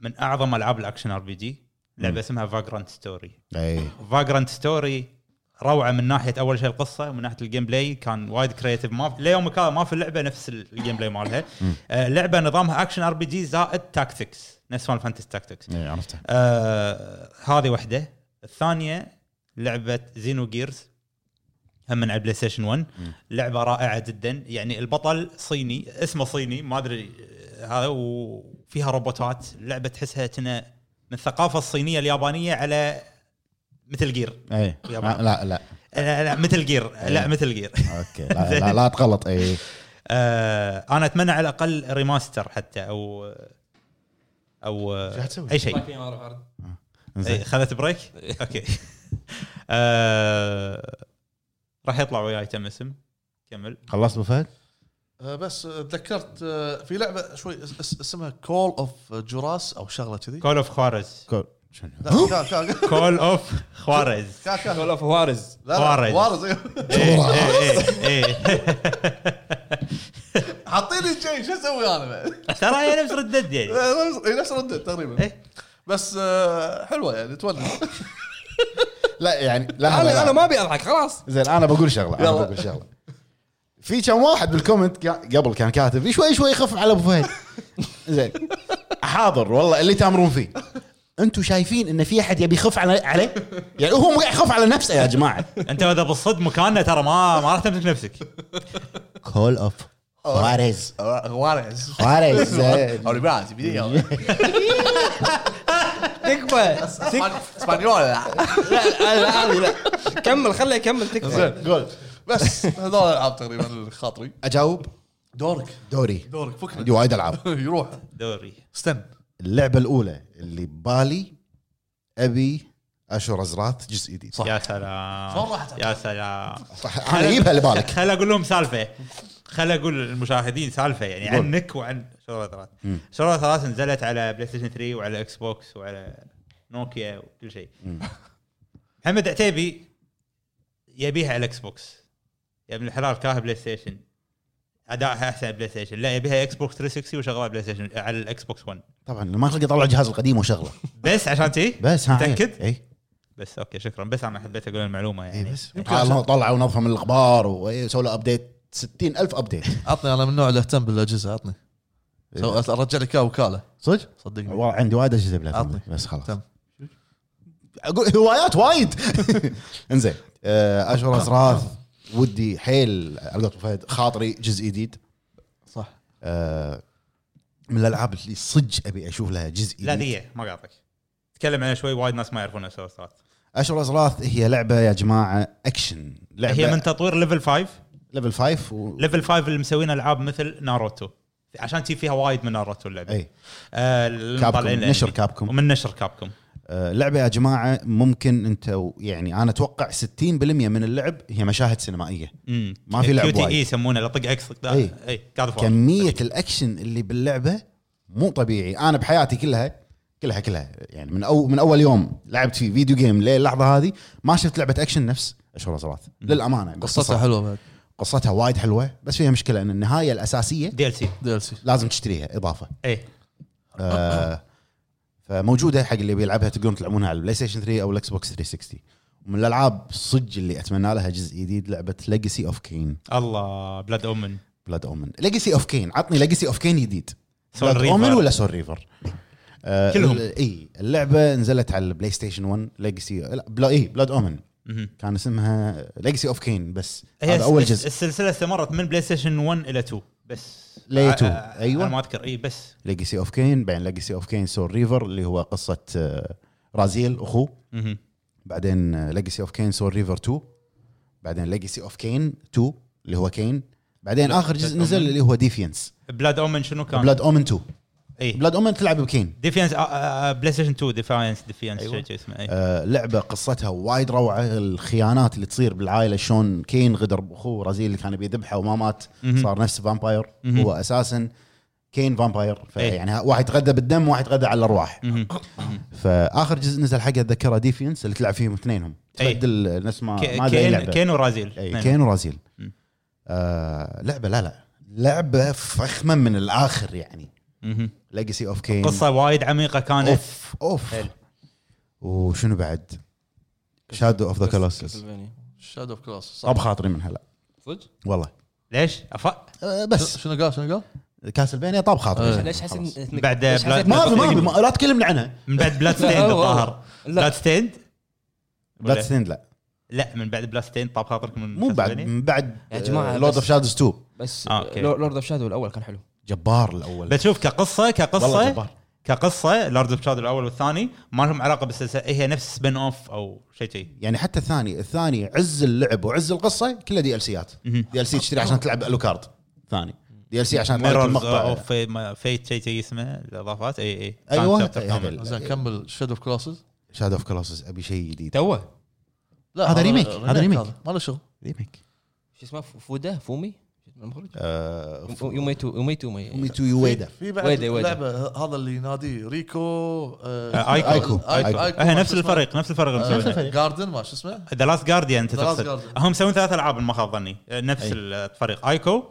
S4: من اعظم العاب الاكشن ار بي جي
S2: مم.
S4: لعبه اسمها فاجرانت ستوري
S2: اي
S4: فاجرانت ستوري روعه من ناحيه اول شيء القصه ومن ناحيه الجيم بلاي كان وايد كريتيف ما ليومك هذا ما في اللعبه نفس الجيم بلاي مالها آه لعبه نظامها اكشن ار بي جي زائد تاكتكس نفس فان فانتسي تاكتكس
S2: اي إيه، عرفته
S4: آه هذه واحده الثانيه لعبه زينو جيرز هم من على بلاي ستيشن 1 لعبه رائعه جدا يعني البطل صيني اسمه صيني ما ادري آه، هذا وفيها روبوتات لعبه تحسها كنا من الثقافه الصينيه اليابانيه على مثل جير
S2: اي
S4: يا
S2: لا
S4: بابا.
S2: إيه. آه، لا لا
S4: لا لا مثل جير لا مثل جير
S2: اوكي لا لا,
S1: (laughs)
S2: لا تغلط إيه. اي
S4: (laughs) آه انا اتمنى على الاقل ريماستر حتى آه، او او
S1: شو حتسوي؟
S4: اي آه، شيء
S2: زين إيه.
S4: أي، خذت إيه، بريك اوكي (laughs) آه راح يطلع وياي كم اسم كمل
S2: خلصت ابو فهد؟
S1: آه، بس آه، تذكرت آه، في لعبه شوي اس- اس- اسمها كول اوف جوراس او شغله كذي
S4: كول اوف خوارز
S2: كول
S1: لا، كا- كا- كا-
S4: كول اوف
S1: (laughs)
S4: خوارز
S1: كا- كا-
S3: ولا فوارز
S1: لا،
S4: وارد.
S1: لا، وارد إيه.
S4: إيه، إيه، إيه، إيه.
S1: حاطيني شيء شو اسوي انا بعد؟
S4: ترى هي نفس ردد يعني
S1: نفس- إيه، نفس رده تقريبا
S4: إيه.
S1: بس آه، حلوه يعني (laughs) تولد
S2: لا يعني لا
S3: انا
S2: لا
S3: انا
S2: لا.
S3: ما ابي اضحك خلاص
S2: زين انا بقول شغله انا
S1: يلا.
S2: بقول شغله في كم واحد بالكومنت كا- قبل كان كاتب شوي شوي خف على ابو (laughs) فهد زين حاضر والله اللي تامرون فيه انتم شايفين ان في احد يبي يخف على عليه؟ يعني هو مو قاعد يخف على نفسه يا جماعه
S4: انت اذا بالصدق مكاننا ترى ما ما راح تمسك نفسك
S2: كول اوف خوارز
S1: (laughs) وارز
S2: (laughs) خوارز
S1: اوريبراز (laughs) فيديو
S3: تكفى تك-
S1: اسبانيولا
S3: لا لا لا هذه لا كمل خليه يكمل تكفى
S1: زين قول بس هذول الالعاب تقريبا اللي خاطري
S2: اجاوب
S1: دورك
S2: دوري
S1: دورك
S2: عندي
S1: فكنا
S2: وايد العاب
S1: (laughs) يروح
S4: دوري
S1: استن
S2: اللعبه الاولى اللي ببالي ابي اشهر ازراث جزء جديد
S1: صح.
S4: يا سلام
S1: شلون راحت؟
S4: يا سلام
S2: صح انا اجيبها
S4: (laughs)
S2: لبالك
S4: خل اقول لهم سالفه خل اقول للمشاهدين سالفه يعني
S2: قول.
S4: عنك وعن شرور ثلاث
S2: مم.
S4: شرور ثلاث نزلت على بلاي ستيشن 3 وعلى اكس بوكس وعلى نوكيا وكل شيء محمد عتيبي يبيها على يعني الاكس بوكس يا ابن الحلال كاها بلاي ستيشن ادائها احسن بلاي ستيشن لا يبيها اكس بوكس 360 وشغلها بلاي ستيشن على الاكس بوكس 1
S2: طبعا ما خلق يطلع الجهاز القديم وشغله
S4: بس عشان تي
S2: بس ها إيه.
S4: متأكد؟
S2: اي
S4: بس اوكي شكرا بس انا حبيت اقول المعلومه
S2: اي
S4: يعني
S2: إيه، بس طلعوا طلعوا نظفه من الاخبار وسووا له ابديت 60000 ابديت
S1: عطني انا من النوع اللي اهتم بالاجهزه عطني سو- ارجع لك اياها وكاله
S2: صدق؟
S1: صدقني
S2: والله عندي وايد اجهزه بلاي
S1: عطني.
S2: بس خلاص
S1: تم.
S2: اقول هوايات (laughs) وايد انزين آه، اشهر ازراث ودي حيل على قولة أبو فهد خاطري جزء جديد
S1: صح
S2: آه، من الالعاب اللي صدق ابي اشوف لها جزء
S4: لا
S2: جديد
S4: دقيقه ما قاطعك تكلم عنها شوي وايد ناس ما يعرفونها شرور ثلاث
S2: اشهر ازراث هي لعبه يا جماعه اكشن لعبه
S4: هي من تطوير ليفل 5
S2: ليفل 5 و...
S4: ليفل 5 اللي مسوين العاب مثل ناروتو عشان تي فيها وايد من ناروتو اللعبه
S2: اي
S4: آه اللي
S2: كابكوم،
S4: مطلعين
S2: نشر
S4: الأنمي.
S2: كابكوم.
S4: ومن نشر كابكوم
S2: آه، لعبه يا جماعه ممكن انت و- يعني انا اتوقع 60% من اللعب هي مشاهد سينمائيه
S4: امم
S2: ما في لعب
S4: كيو تي
S2: وايد.
S4: اي يسمونه لا طق عكسك لا.
S2: أي.
S4: اي قاعد فوق
S2: كميه الاكشن اللي باللعبه مو طبيعي انا بحياتي كلها كلها كلها يعني من أو من اول يوم لعبت فيه فيديو جيم للحظه هذه ما شفت لعبه اكشن نفس اشهر ازراث للامانه
S1: قصتها حلوه بعد
S2: قصتها وايد حلوه بس فيها مشكله ان النهايه الاساسيه
S4: دي ال سي
S1: دي ال سي
S2: لازم تشتريها اضافه
S4: اي
S2: آه، فموجوده حق اللي بيلعبها تقدرون تلعبونها على البلاي ستيشن 3 او الاكس بوكس 360 ومن الالعاب صدق اللي اتمنى لها جزء جديد لعبه ليجسي اوف كين
S4: الله بلاد اومن
S2: بلاد اومن ليجسي اوف كين عطني ليجسي اوف كين جديد
S4: سول
S2: بلاد اومن
S4: ريفر.
S2: ولا سول
S4: (laughs)
S2: ريفر آه
S4: كلهم.
S2: ال- اي اللعبه نزلت على البلاي ستيشن 1 ليجسي لا بلا اي بلاد اومن
S4: مهم.
S2: كان اسمها ليجسي اوف كين بس
S4: هي
S2: هذا اول
S4: الس-
S2: جزء
S4: السلسله استمرت من بلاي ستيشن 1 الى 2 بس
S2: لي 2.
S4: آه، آه،
S2: أيوة.
S4: انا ما اذكر اي بس
S2: ليجسي اوف كين بعدين ليجسي اوف كين سول ريفر اللي هو قصه آه، رازيل اخوه
S4: مهم.
S2: بعدين آه، ليجسي اوف كين سول ريفر 2 بعدين ليجسي اوف كين 2 اللي هو كين بعدين اخر جزء
S4: Blood
S2: نزل
S4: Omen.
S2: اللي هو ديفينس
S4: بلاد اومن شنو كان؟ آه،
S2: بلاد اومن 2
S4: اي
S2: بلاد اومن تلعب بكين
S4: ديفينس بلاي ستيشن 2 ديفاينس ديفينس
S3: أيوة.
S4: شيء شيء اسمه اي
S2: آه، لعبه قصتها وايد روعه الخيانات اللي تصير بالعائله شلون كين غدر باخوه رزيل اللي كان بيذبحه وما مات
S4: مهم.
S2: صار نفسه فامباير
S4: مهم.
S2: هو اساسا كين فامباير
S4: إيه.
S2: فيعني واحد تغذى بالدم وواحد تغذى على الارواح
S4: مهم.
S2: فاخر جزء نزل حقه اتذكره ديفينس اللي تلعب فيهم اثنينهم
S4: إيه.
S2: تبدل نفس ما
S4: كي-
S2: آه، ما أدري أي
S4: كين
S2: لعبة.
S4: كين ورازيل
S2: اي
S4: نعم.
S2: إيه، كين ورازيل
S4: مم.
S2: آه لعبه لا لا لعبه فخمه من الاخر يعني
S4: مهم.
S2: ليجسي اوف كين
S4: قصه وايد عميقه كانت
S2: اوف اوف
S4: حلو.
S2: وشنو بعد؟ شادو اوف ذا كولوسس
S1: شادو اوف كلاس
S2: صاب خاطري من هلا
S3: صدق؟
S2: والله
S4: ليش؟ أف-
S2: أه بس
S1: شنو قال شنو قال؟
S2: كاسلفينيا طاب خاطري
S1: إيه.
S6: ليش حسيت
S2: أه. خلاص.
S6: إنك-
S4: بعد
S6: ليش
S4: بلاد-
S6: حسيت
S2: ما
S6: إنك-
S2: في ما في ما- لا تكلمنا عنها
S4: من
S2: (laughs)
S4: بعد بلاد ستيند الظاهر بلاد
S3: لا
S4: ستيند
S2: بلاد ستيند لا
S4: لا من بعد بلاد ستيند طاب خاطرك من
S2: مو بعد
S4: كاسلفينيا؟
S2: من بعد آه،
S6: يا جماعة
S2: لورد
S6: بس-
S2: اوف شادوز 2
S3: بس
S4: آه، أوكي.
S3: لورد اوف شادو الاول كان حلو
S2: جبار الاول
S4: بس شوف كقصه
S2: والله
S4: كقصه
S2: جبار
S4: كقصه لورد اوف شادو الاول والثاني ما لهم علاقه بالسلسله هي نفس سبين اوف او شيء شيء
S2: يعني حتى الثاني الثاني عز اللعب وعز القصه كلها دي ال سيات
S4: مهم.
S2: دي ال سي تشتري عشان تلعب الوكارد ثاني دي ال سي عشان تلعب
S4: ميرورز
S2: المقطع
S4: او في- ما- فيت شيء شيء اسمه الاضافات اي اي
S2: ايوه
S4: كان chapter كامل.
S1: زين كمل شادو اوف كلاسز
S2: شادو اوف كولوسس ابي شيء جديد
S3: توه
S1: لا
S2: هذا ريميك، هذا ريميك.
S1: ما له شغل
S2: ريميك
S6: شو اسمه فودا فومي شو اسمه المخرج
S2: آه، أه، يومي
S6: يوميتو يوميتو يوميتو
S2: تو يويدا
S1: في بعد
S6: ويدي- ويدي.
S1: لعبه هذا اللي نادي ريكو
S4: آه، آيكو.
S2: آيكو. آيكو.
S4: آه، نفس الفريق نفس الفريق اللي
S2: أه.
S4: مسوينه.
S1: جاردن آه، ما شو اسمه
S4: ذا لاست جارديان انت
S1: The Last
S4: تقصد
S1: Guardian.
S4: هم مسوين ثلاث العاب إن ما خاب ظني أه، نفس
S2: أي.
S4: الفريق ايكو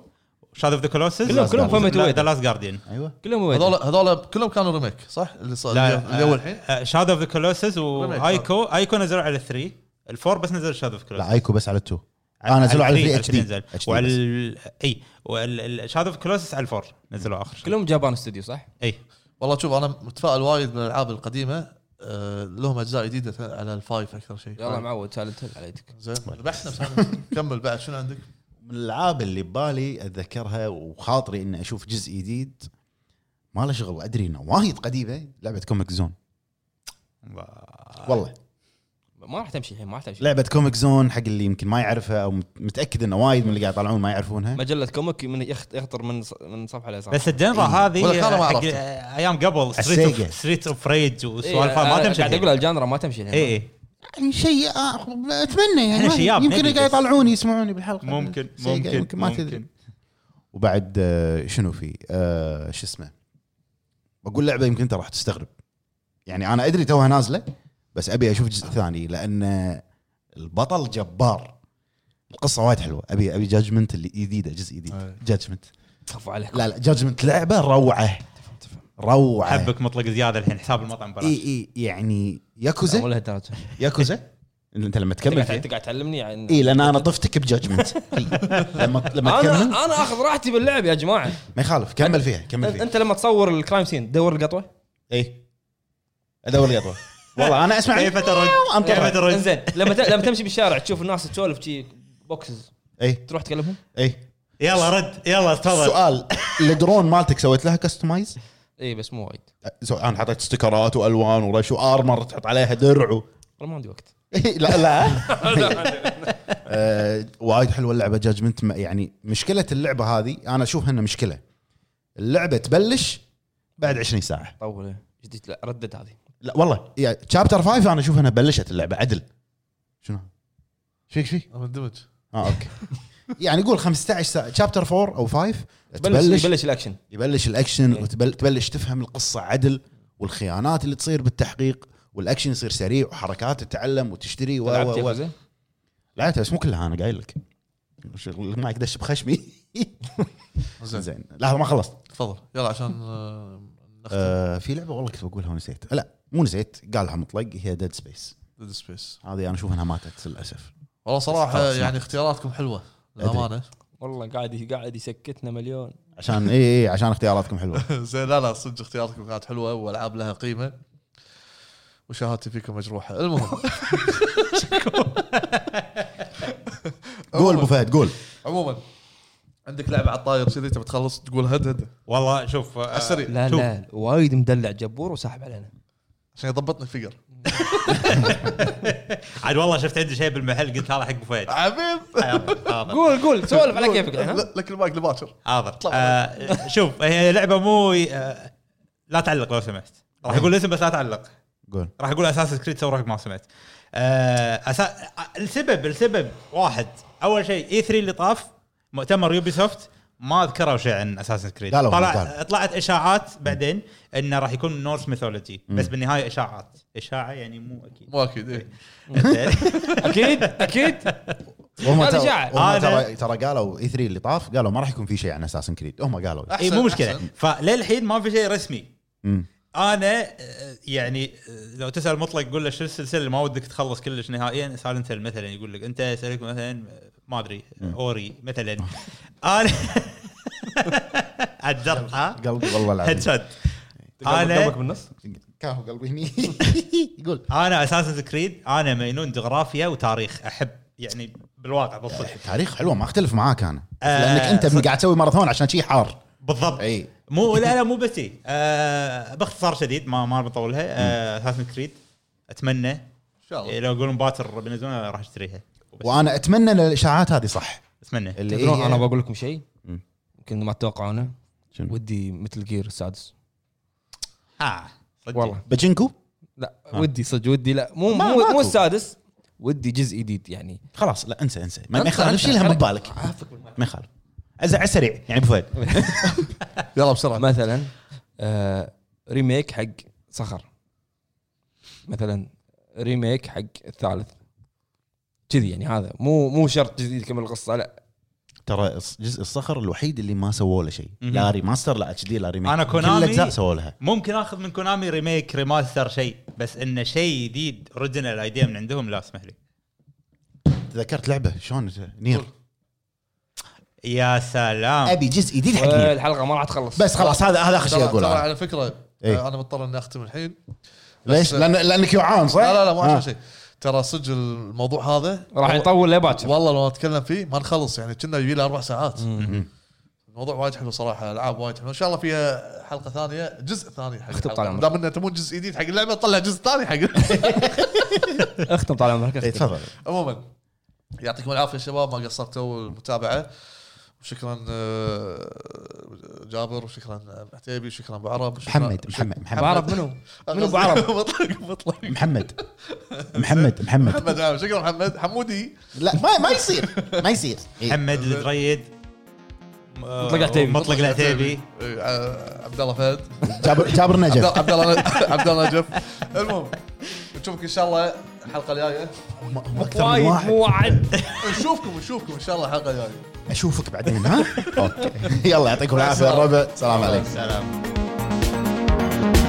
S4: شاد اوف ذا كولوسس
S3: كلهم
S2: كلهم
S3: فهمت وايد.
S4: ذا لاست جارديان
S2: ايوه
S3: كلهم ويدا.
S1: هذول هذول كلهم كانوا ريميك صح اللي صار اللي هو الحين
S4: شاد اوف ذا كولوسس
S1: Remake.
S4: وايكو ايكو نزلوا على 3 الفور بس نزل شاد اوف
S2: لا
S4: كولوسس
S2: ايكو بس على التو آه، نزلوا على 3 HD.
S4: نزل
S2: HD بس.
S4: وعلى اي والشاد اوف كولوسس على الفور نزلوا اخر شيء
S3: كلهم جابان استوديو صح؟
S4: اي
S1: والله شوف انا متفائل وايد من الالعاب القديمه آه، لهم اجزاء جديده على الفايف اكثر شيء
S3: يلا معود سالت هل على يدك
S1: زين بحنا بحنا. كمل بعد شنو عندك؟
S2: من الالعاب اللي ببالي اتذكرها وخاطري اني اشوف جزء جديد ما له شغل ادري انه وايد قديمه لعبه كوميك زون والله
S3: ما راح تمشي الحين ما راح تمشي
S2: لعبه كوميك زون حق اللي يمكن ما يعرفها او مت- متاكد انه وايد من اللي قاعد يطلعون ما يعرفونها
S3: مجله كوميك من يخت- يخطر من ص- من صفحه لصفحه
S4: بس الجنرا
S1: ولا
S4: هذه
S1: كان ما
S4: حق
S1: عرفته.
S4: ايام قبل ستريت
S2: السيجا.
S4: اوف ستريت اوف ريج وسوالف
S3: إيه،
S4: ما
S3: أنا
S4: تمشي
S3: قاعد اقول
S4: الحين. إيه،
S3: الجانرا ما تمشي الحين
S4: اي اي
S2: يعني شيء آه، اتمنى يعني
S4: إحنا
S2: ما-
S4: شياب نبي
S2: يمكن قاعد
S4: بس.
S2: يطلعوني يسمعوني بالحلقه
S4: ممكن
S2: شيء قاعد-
S4: ممكن
S2: ما تدري وبعد آه، شنو في آه، شو اسمه بقول لعبه يمكن انت راح تستغرب يعني انا ادري توها نازله بس ابي اشوف جزء ثاني لان البطل جبار القصه وايد حلوه ابي ابي جاجمنت اللي جديده جزء جديد جاجمنت
S3: خفوا عليك (laughs)
S2: لا لا جاجمنت لعبه روعه روعه
S4: حبك مطلق زياده الحين حساب المطعم
S2: اي
S4: بلاش
S2: اي يعني
S3: مو
S2: ياكوزا
S3: لها درجه
S2: ياكوزا انت لما
S3: انت
S2: تكمل
S3: قاعد-
S2: فيها
S3: أنت قاعد تعلمني عن
S2: اي لان انا طفتك بجاجمنت لما لما
S3: انا
S2: تكمل
S3: انا اخذ راحتي باللعب يا جماعه
S2: ما يخالف كمل فيها كمل فيها
S3: انت لما تصور الكرايم سين دور القطوه
S2: اي ادور القطوه والله انا اسمع
S4: كيف ترد؟ كيف
S2: انطر
S4: ترد؟
S3: انزين لما ت- لما تمشي بالشارع تشوف الناس تسولف شي بوكسز
S2: اي
S3: تروح تكلمهم
S2: اي
S4: يلا رد يلا تفضل
S2: سؤال الدرون مالتك سويت لها كستمايز
S3: اي إيه، بس مو وايد
S2: انا حطيت استكرات والوان ورش وارمر تحط عليها درع و-
S3: والله ما عندي وقت
S2: إي، لا
S4: (laughs)
S2: لا آه، وايد حلوه اللعبه جاجمنت يعني مشكله اللعبه هذه انا اشوفها انها مشكله اللعبه تبلش بعد 20 ساعه
S3: طول جديد لا ردد هذه
S2: لا والله يعني تشابتر 5 انا اشوف انها بلشت اللعبه عدل شنو؟ ايش فيك فيك؟
S1: أنا مندمج
S2: اه اوكي (laughs) يعني قول 15 ساعه تشابتر 4 او 5
S3: بلش
S2: تبلش
S3: بلش الاكشن
S2: يبلش الاكشن وتبل- تبلش تفهم القصه عدل والخيانات اللي تصير بالتحقيق والاكشن يصير سريع وحركات تتعلم وتشتري و
S3: لعبت
S2: و و
S3: ياكوزا؟
S2: لعبتها بس مو كلها انا قايل لك شغل ما دش بخشمي
S1: زين
S2: زين لحظه ما خلصت
S1: تفضل يلا عشان آه، نختم
S2: آه في لعبه والله كنت بقولها ونسيت لا مو نسيت قالها مطلق هي ديد سبيس
S1: ديد سبيس
S2: هذه انا اشوف انها ماتت للاسف
S1: والله صراحه
S2: خلاص،
S1: يعني اختياراتكم حلوه للامانه
S3: والله قاعد قاعد يسكتنا مليون
S2: عشان اي اي عشان اختياراتكم حلوه
S1: (laughs) زين لا لا صدق اختياراتكم كانت حلوه والعاب لها قيمه وشهادتي فيكم مجروحه المهم
S2: (laughs) قول ابو فهد قول
S1: عموما عندك لعبه على الطاير كذي تبي تخلص تقول هد هد
S4: والله شوف آه،
S1: على السريع
S3: لا
S4: شوف.
S3: لا وايد مدلع جبور وساحب علينا
S1: عشان يضبطني فيجر
S4: عاد والله شفت عندي شيء بالمحل قلت هذا حق ابو
S1: (laughs)
S4: فهد
S1: حبيب
S4: حاضر حاضر
S3: قول قول سولف على كيفك الحين ها؟
S1: ل- لك المايك لباكر
S4: حاضر
S1: اطلع.
S4: آه، شوف هي لعبه مو آه، لا تعلق لو سمحت راح اقول اسم بس لا تعلق
S2: قول
S4: راح اقول اساس كريد سوي روحك ما سمعت آه أسا... آه، السبب السبب واحد اول شيء اي 3 اللي طاف مؤتمر يوبي سوفت ما ذكروا شيء عن اساسن كريد
S2: قالوا-
S4: طلع
S2: قالوا.
S4: طلعت اشاعات بعدين انه راح يكون نورس ميثولوجي بس بالنهايه اشاعات اشاعه يعني مو اكيد
S1: مو اكيد إيه.
S4: (laughs) زين.
S6: اكيد
S2: (laughs)
S6: اكيد
S2: وهم
S6: هذا
S2: ترى-
S6: شاعر.
S2: وهم
S4: هذا-
S2: ترى ترى قالوا اي 3 اللي طاف قالوا ما راح يكون في شيء عن اساسن كريد هم قالوا
S4: اي إيه، مو مشكله
S1: أحسن.
S4: فللحين ما في شيء رسمي
S2: أمم.
S4: انا آه، يعني آه، لو تسال مطلق قول له شو السلسله اللي ما ودك تخلص كلش نهائيا سالنت مثلا يقول لك انت اسالك مثلا آه، ما ادري آه، اوري مثلا (laughs) انا الجرحى
S2: قلبي والله العظيم
S4: هيد شوت
S3: قدامك
S4: انا
S3: بالنص
S2: كاهو قلبي هني (laughs) يقول
S4: انا اساسن كريد انا مجنون جغرافيا وتاريخ احب يعني بالواقع بالصدق
S2: تاريخ حلوه ما اختلف معاك انا
S4: آه،
S2: لانك انت
S4: صدق.
S2: قاعد تسوي ماراثون عشان شي حار
S4: بالضبط
S2: اي
S4: مو لا لا مو بس هي. آه باختصار شديد ما ما بطولها آه اساسن كريد اتمنى
S1: ان شاء الله
S4: إيه، لو يقولون باتر بنزونا راح اشتريها وبس.
S2: وانا اتمنى إن الاشاعات هذه صح
S4: اتمنى
S2: اللي
S6: تدرون
S2: هي-
S6: انا إيه، بقول لكم شيء
S2: مم.
S6: يمكن ما تتوقعونه
S2: شنو؟
S6: ودي مثل جير السادس
S4: اه صدق.
S6: والله
S2: بجنكو
S6: لا
S2: ها.
S6: ودي صدق ودي لا مو
S2: ما-
S6: مو
S2: ماكو.
S6: مو السادس ودي جزء جديد يعني
S2: خلاص لا انسى انسى ما
S6: أنت-
S2: ما يخالف
S6: أنت-
S2: شيلها من
S6: خليك-
S2: بالك ما يخالف ازع سريع يعني أبو فهد
S1: يلا بسرعه
S6: مثلا آه ريميك حق صخر مثلا ريميك حق الثالث كذي يعني هذا مو مو شرط جديد كمل القصه لا
S2: ترى جزء الصخر الوحيد اللي ما سووا له شيء
S4: مهم.
S2: لا ريماستر لا اتش دي لا ريميك
S4: أنا
S2: كل
S4: كونامي-
S2: الاجزاء سووا لها
S4: ممكن اخذ من كونامي ريميك ريماستر شيء بس انه شيء جديد اوريجنال ايديا من عندهم لا اسمح لي
S2: تذكرت لعبه شلون نير
S4: يا سلام
S2: ابي جزء جديد
S4: آه.
S2: حق نير
S6: الحلقه ما راح تخلص
S2: بس خلاص هذا هذا اخر شيء
S1: ترى ترى
S2: اقوله
S1: على فكره
S2: إيه.
S1: آه، انا مضطر اني اختم الحين
S2: ليش؟ لان لانك جوعان صح؟
S1: لا لا لا مو
S2: آه.
S1: عشان شيء ترى صدق الموضوع هذا
S6: راح يطول لباكر
S1: والله لو اتكلم فيه ما نخلص يعني كنا يبي له اربع ساعات الموضوع وايد حلو صراحه العاب وايد حلوه ان شاء الله فيها حلقه ثانيه جزء ثاني حق
S6: اختم
S1: الحلقة.
S6: طال عمرك.
S1: دام انه تبون جزء جديد حق اللعبه طلع جزء ثاني حق (laughs)
S6: اختم طال عمرك
S2: إيه،
S6: اختم.
S2: تفضل
S1: عموما يعطيكم العافيه شباب ما قصرتوا المتابعه وشكرا آه، جابر وشكرا آه، عتيبي وشكرا ابو عرب وشكراً-
S2: محمد محمد
S6: ابو
S2: محمد
S1: (laughs)
S6: عرب منو؟ منو ابو عرب؟
S1: مطلق مطلق
S2: محمد محمد محمد
S1: محمد عام. شكرا محمد حمودي
S2: لا ما ما يصير ما يصير إيه.
S4: محمد الدريد آه،
S6: مطلق العتيبي.
S4: مطلق العتيبي
S1: آه، عبد الله فهد
S2: جابر جابر
S1: عبد
S2: نجف
S1: عبد الله عبد الله نجف المهم نشوفك ان شاء الله الحلقه الجايه
S2: م- اكثر من
S6: وايد
S2: واحد
S6: موعد
S1: نشوفكم نشوفكم ان شاء الله الحلقه الجايه
S2: اشوفك بعدين (laughs) ها؟ اوكي يلا يعطيكم العافيه الربع السلام عليكم
S4: سلام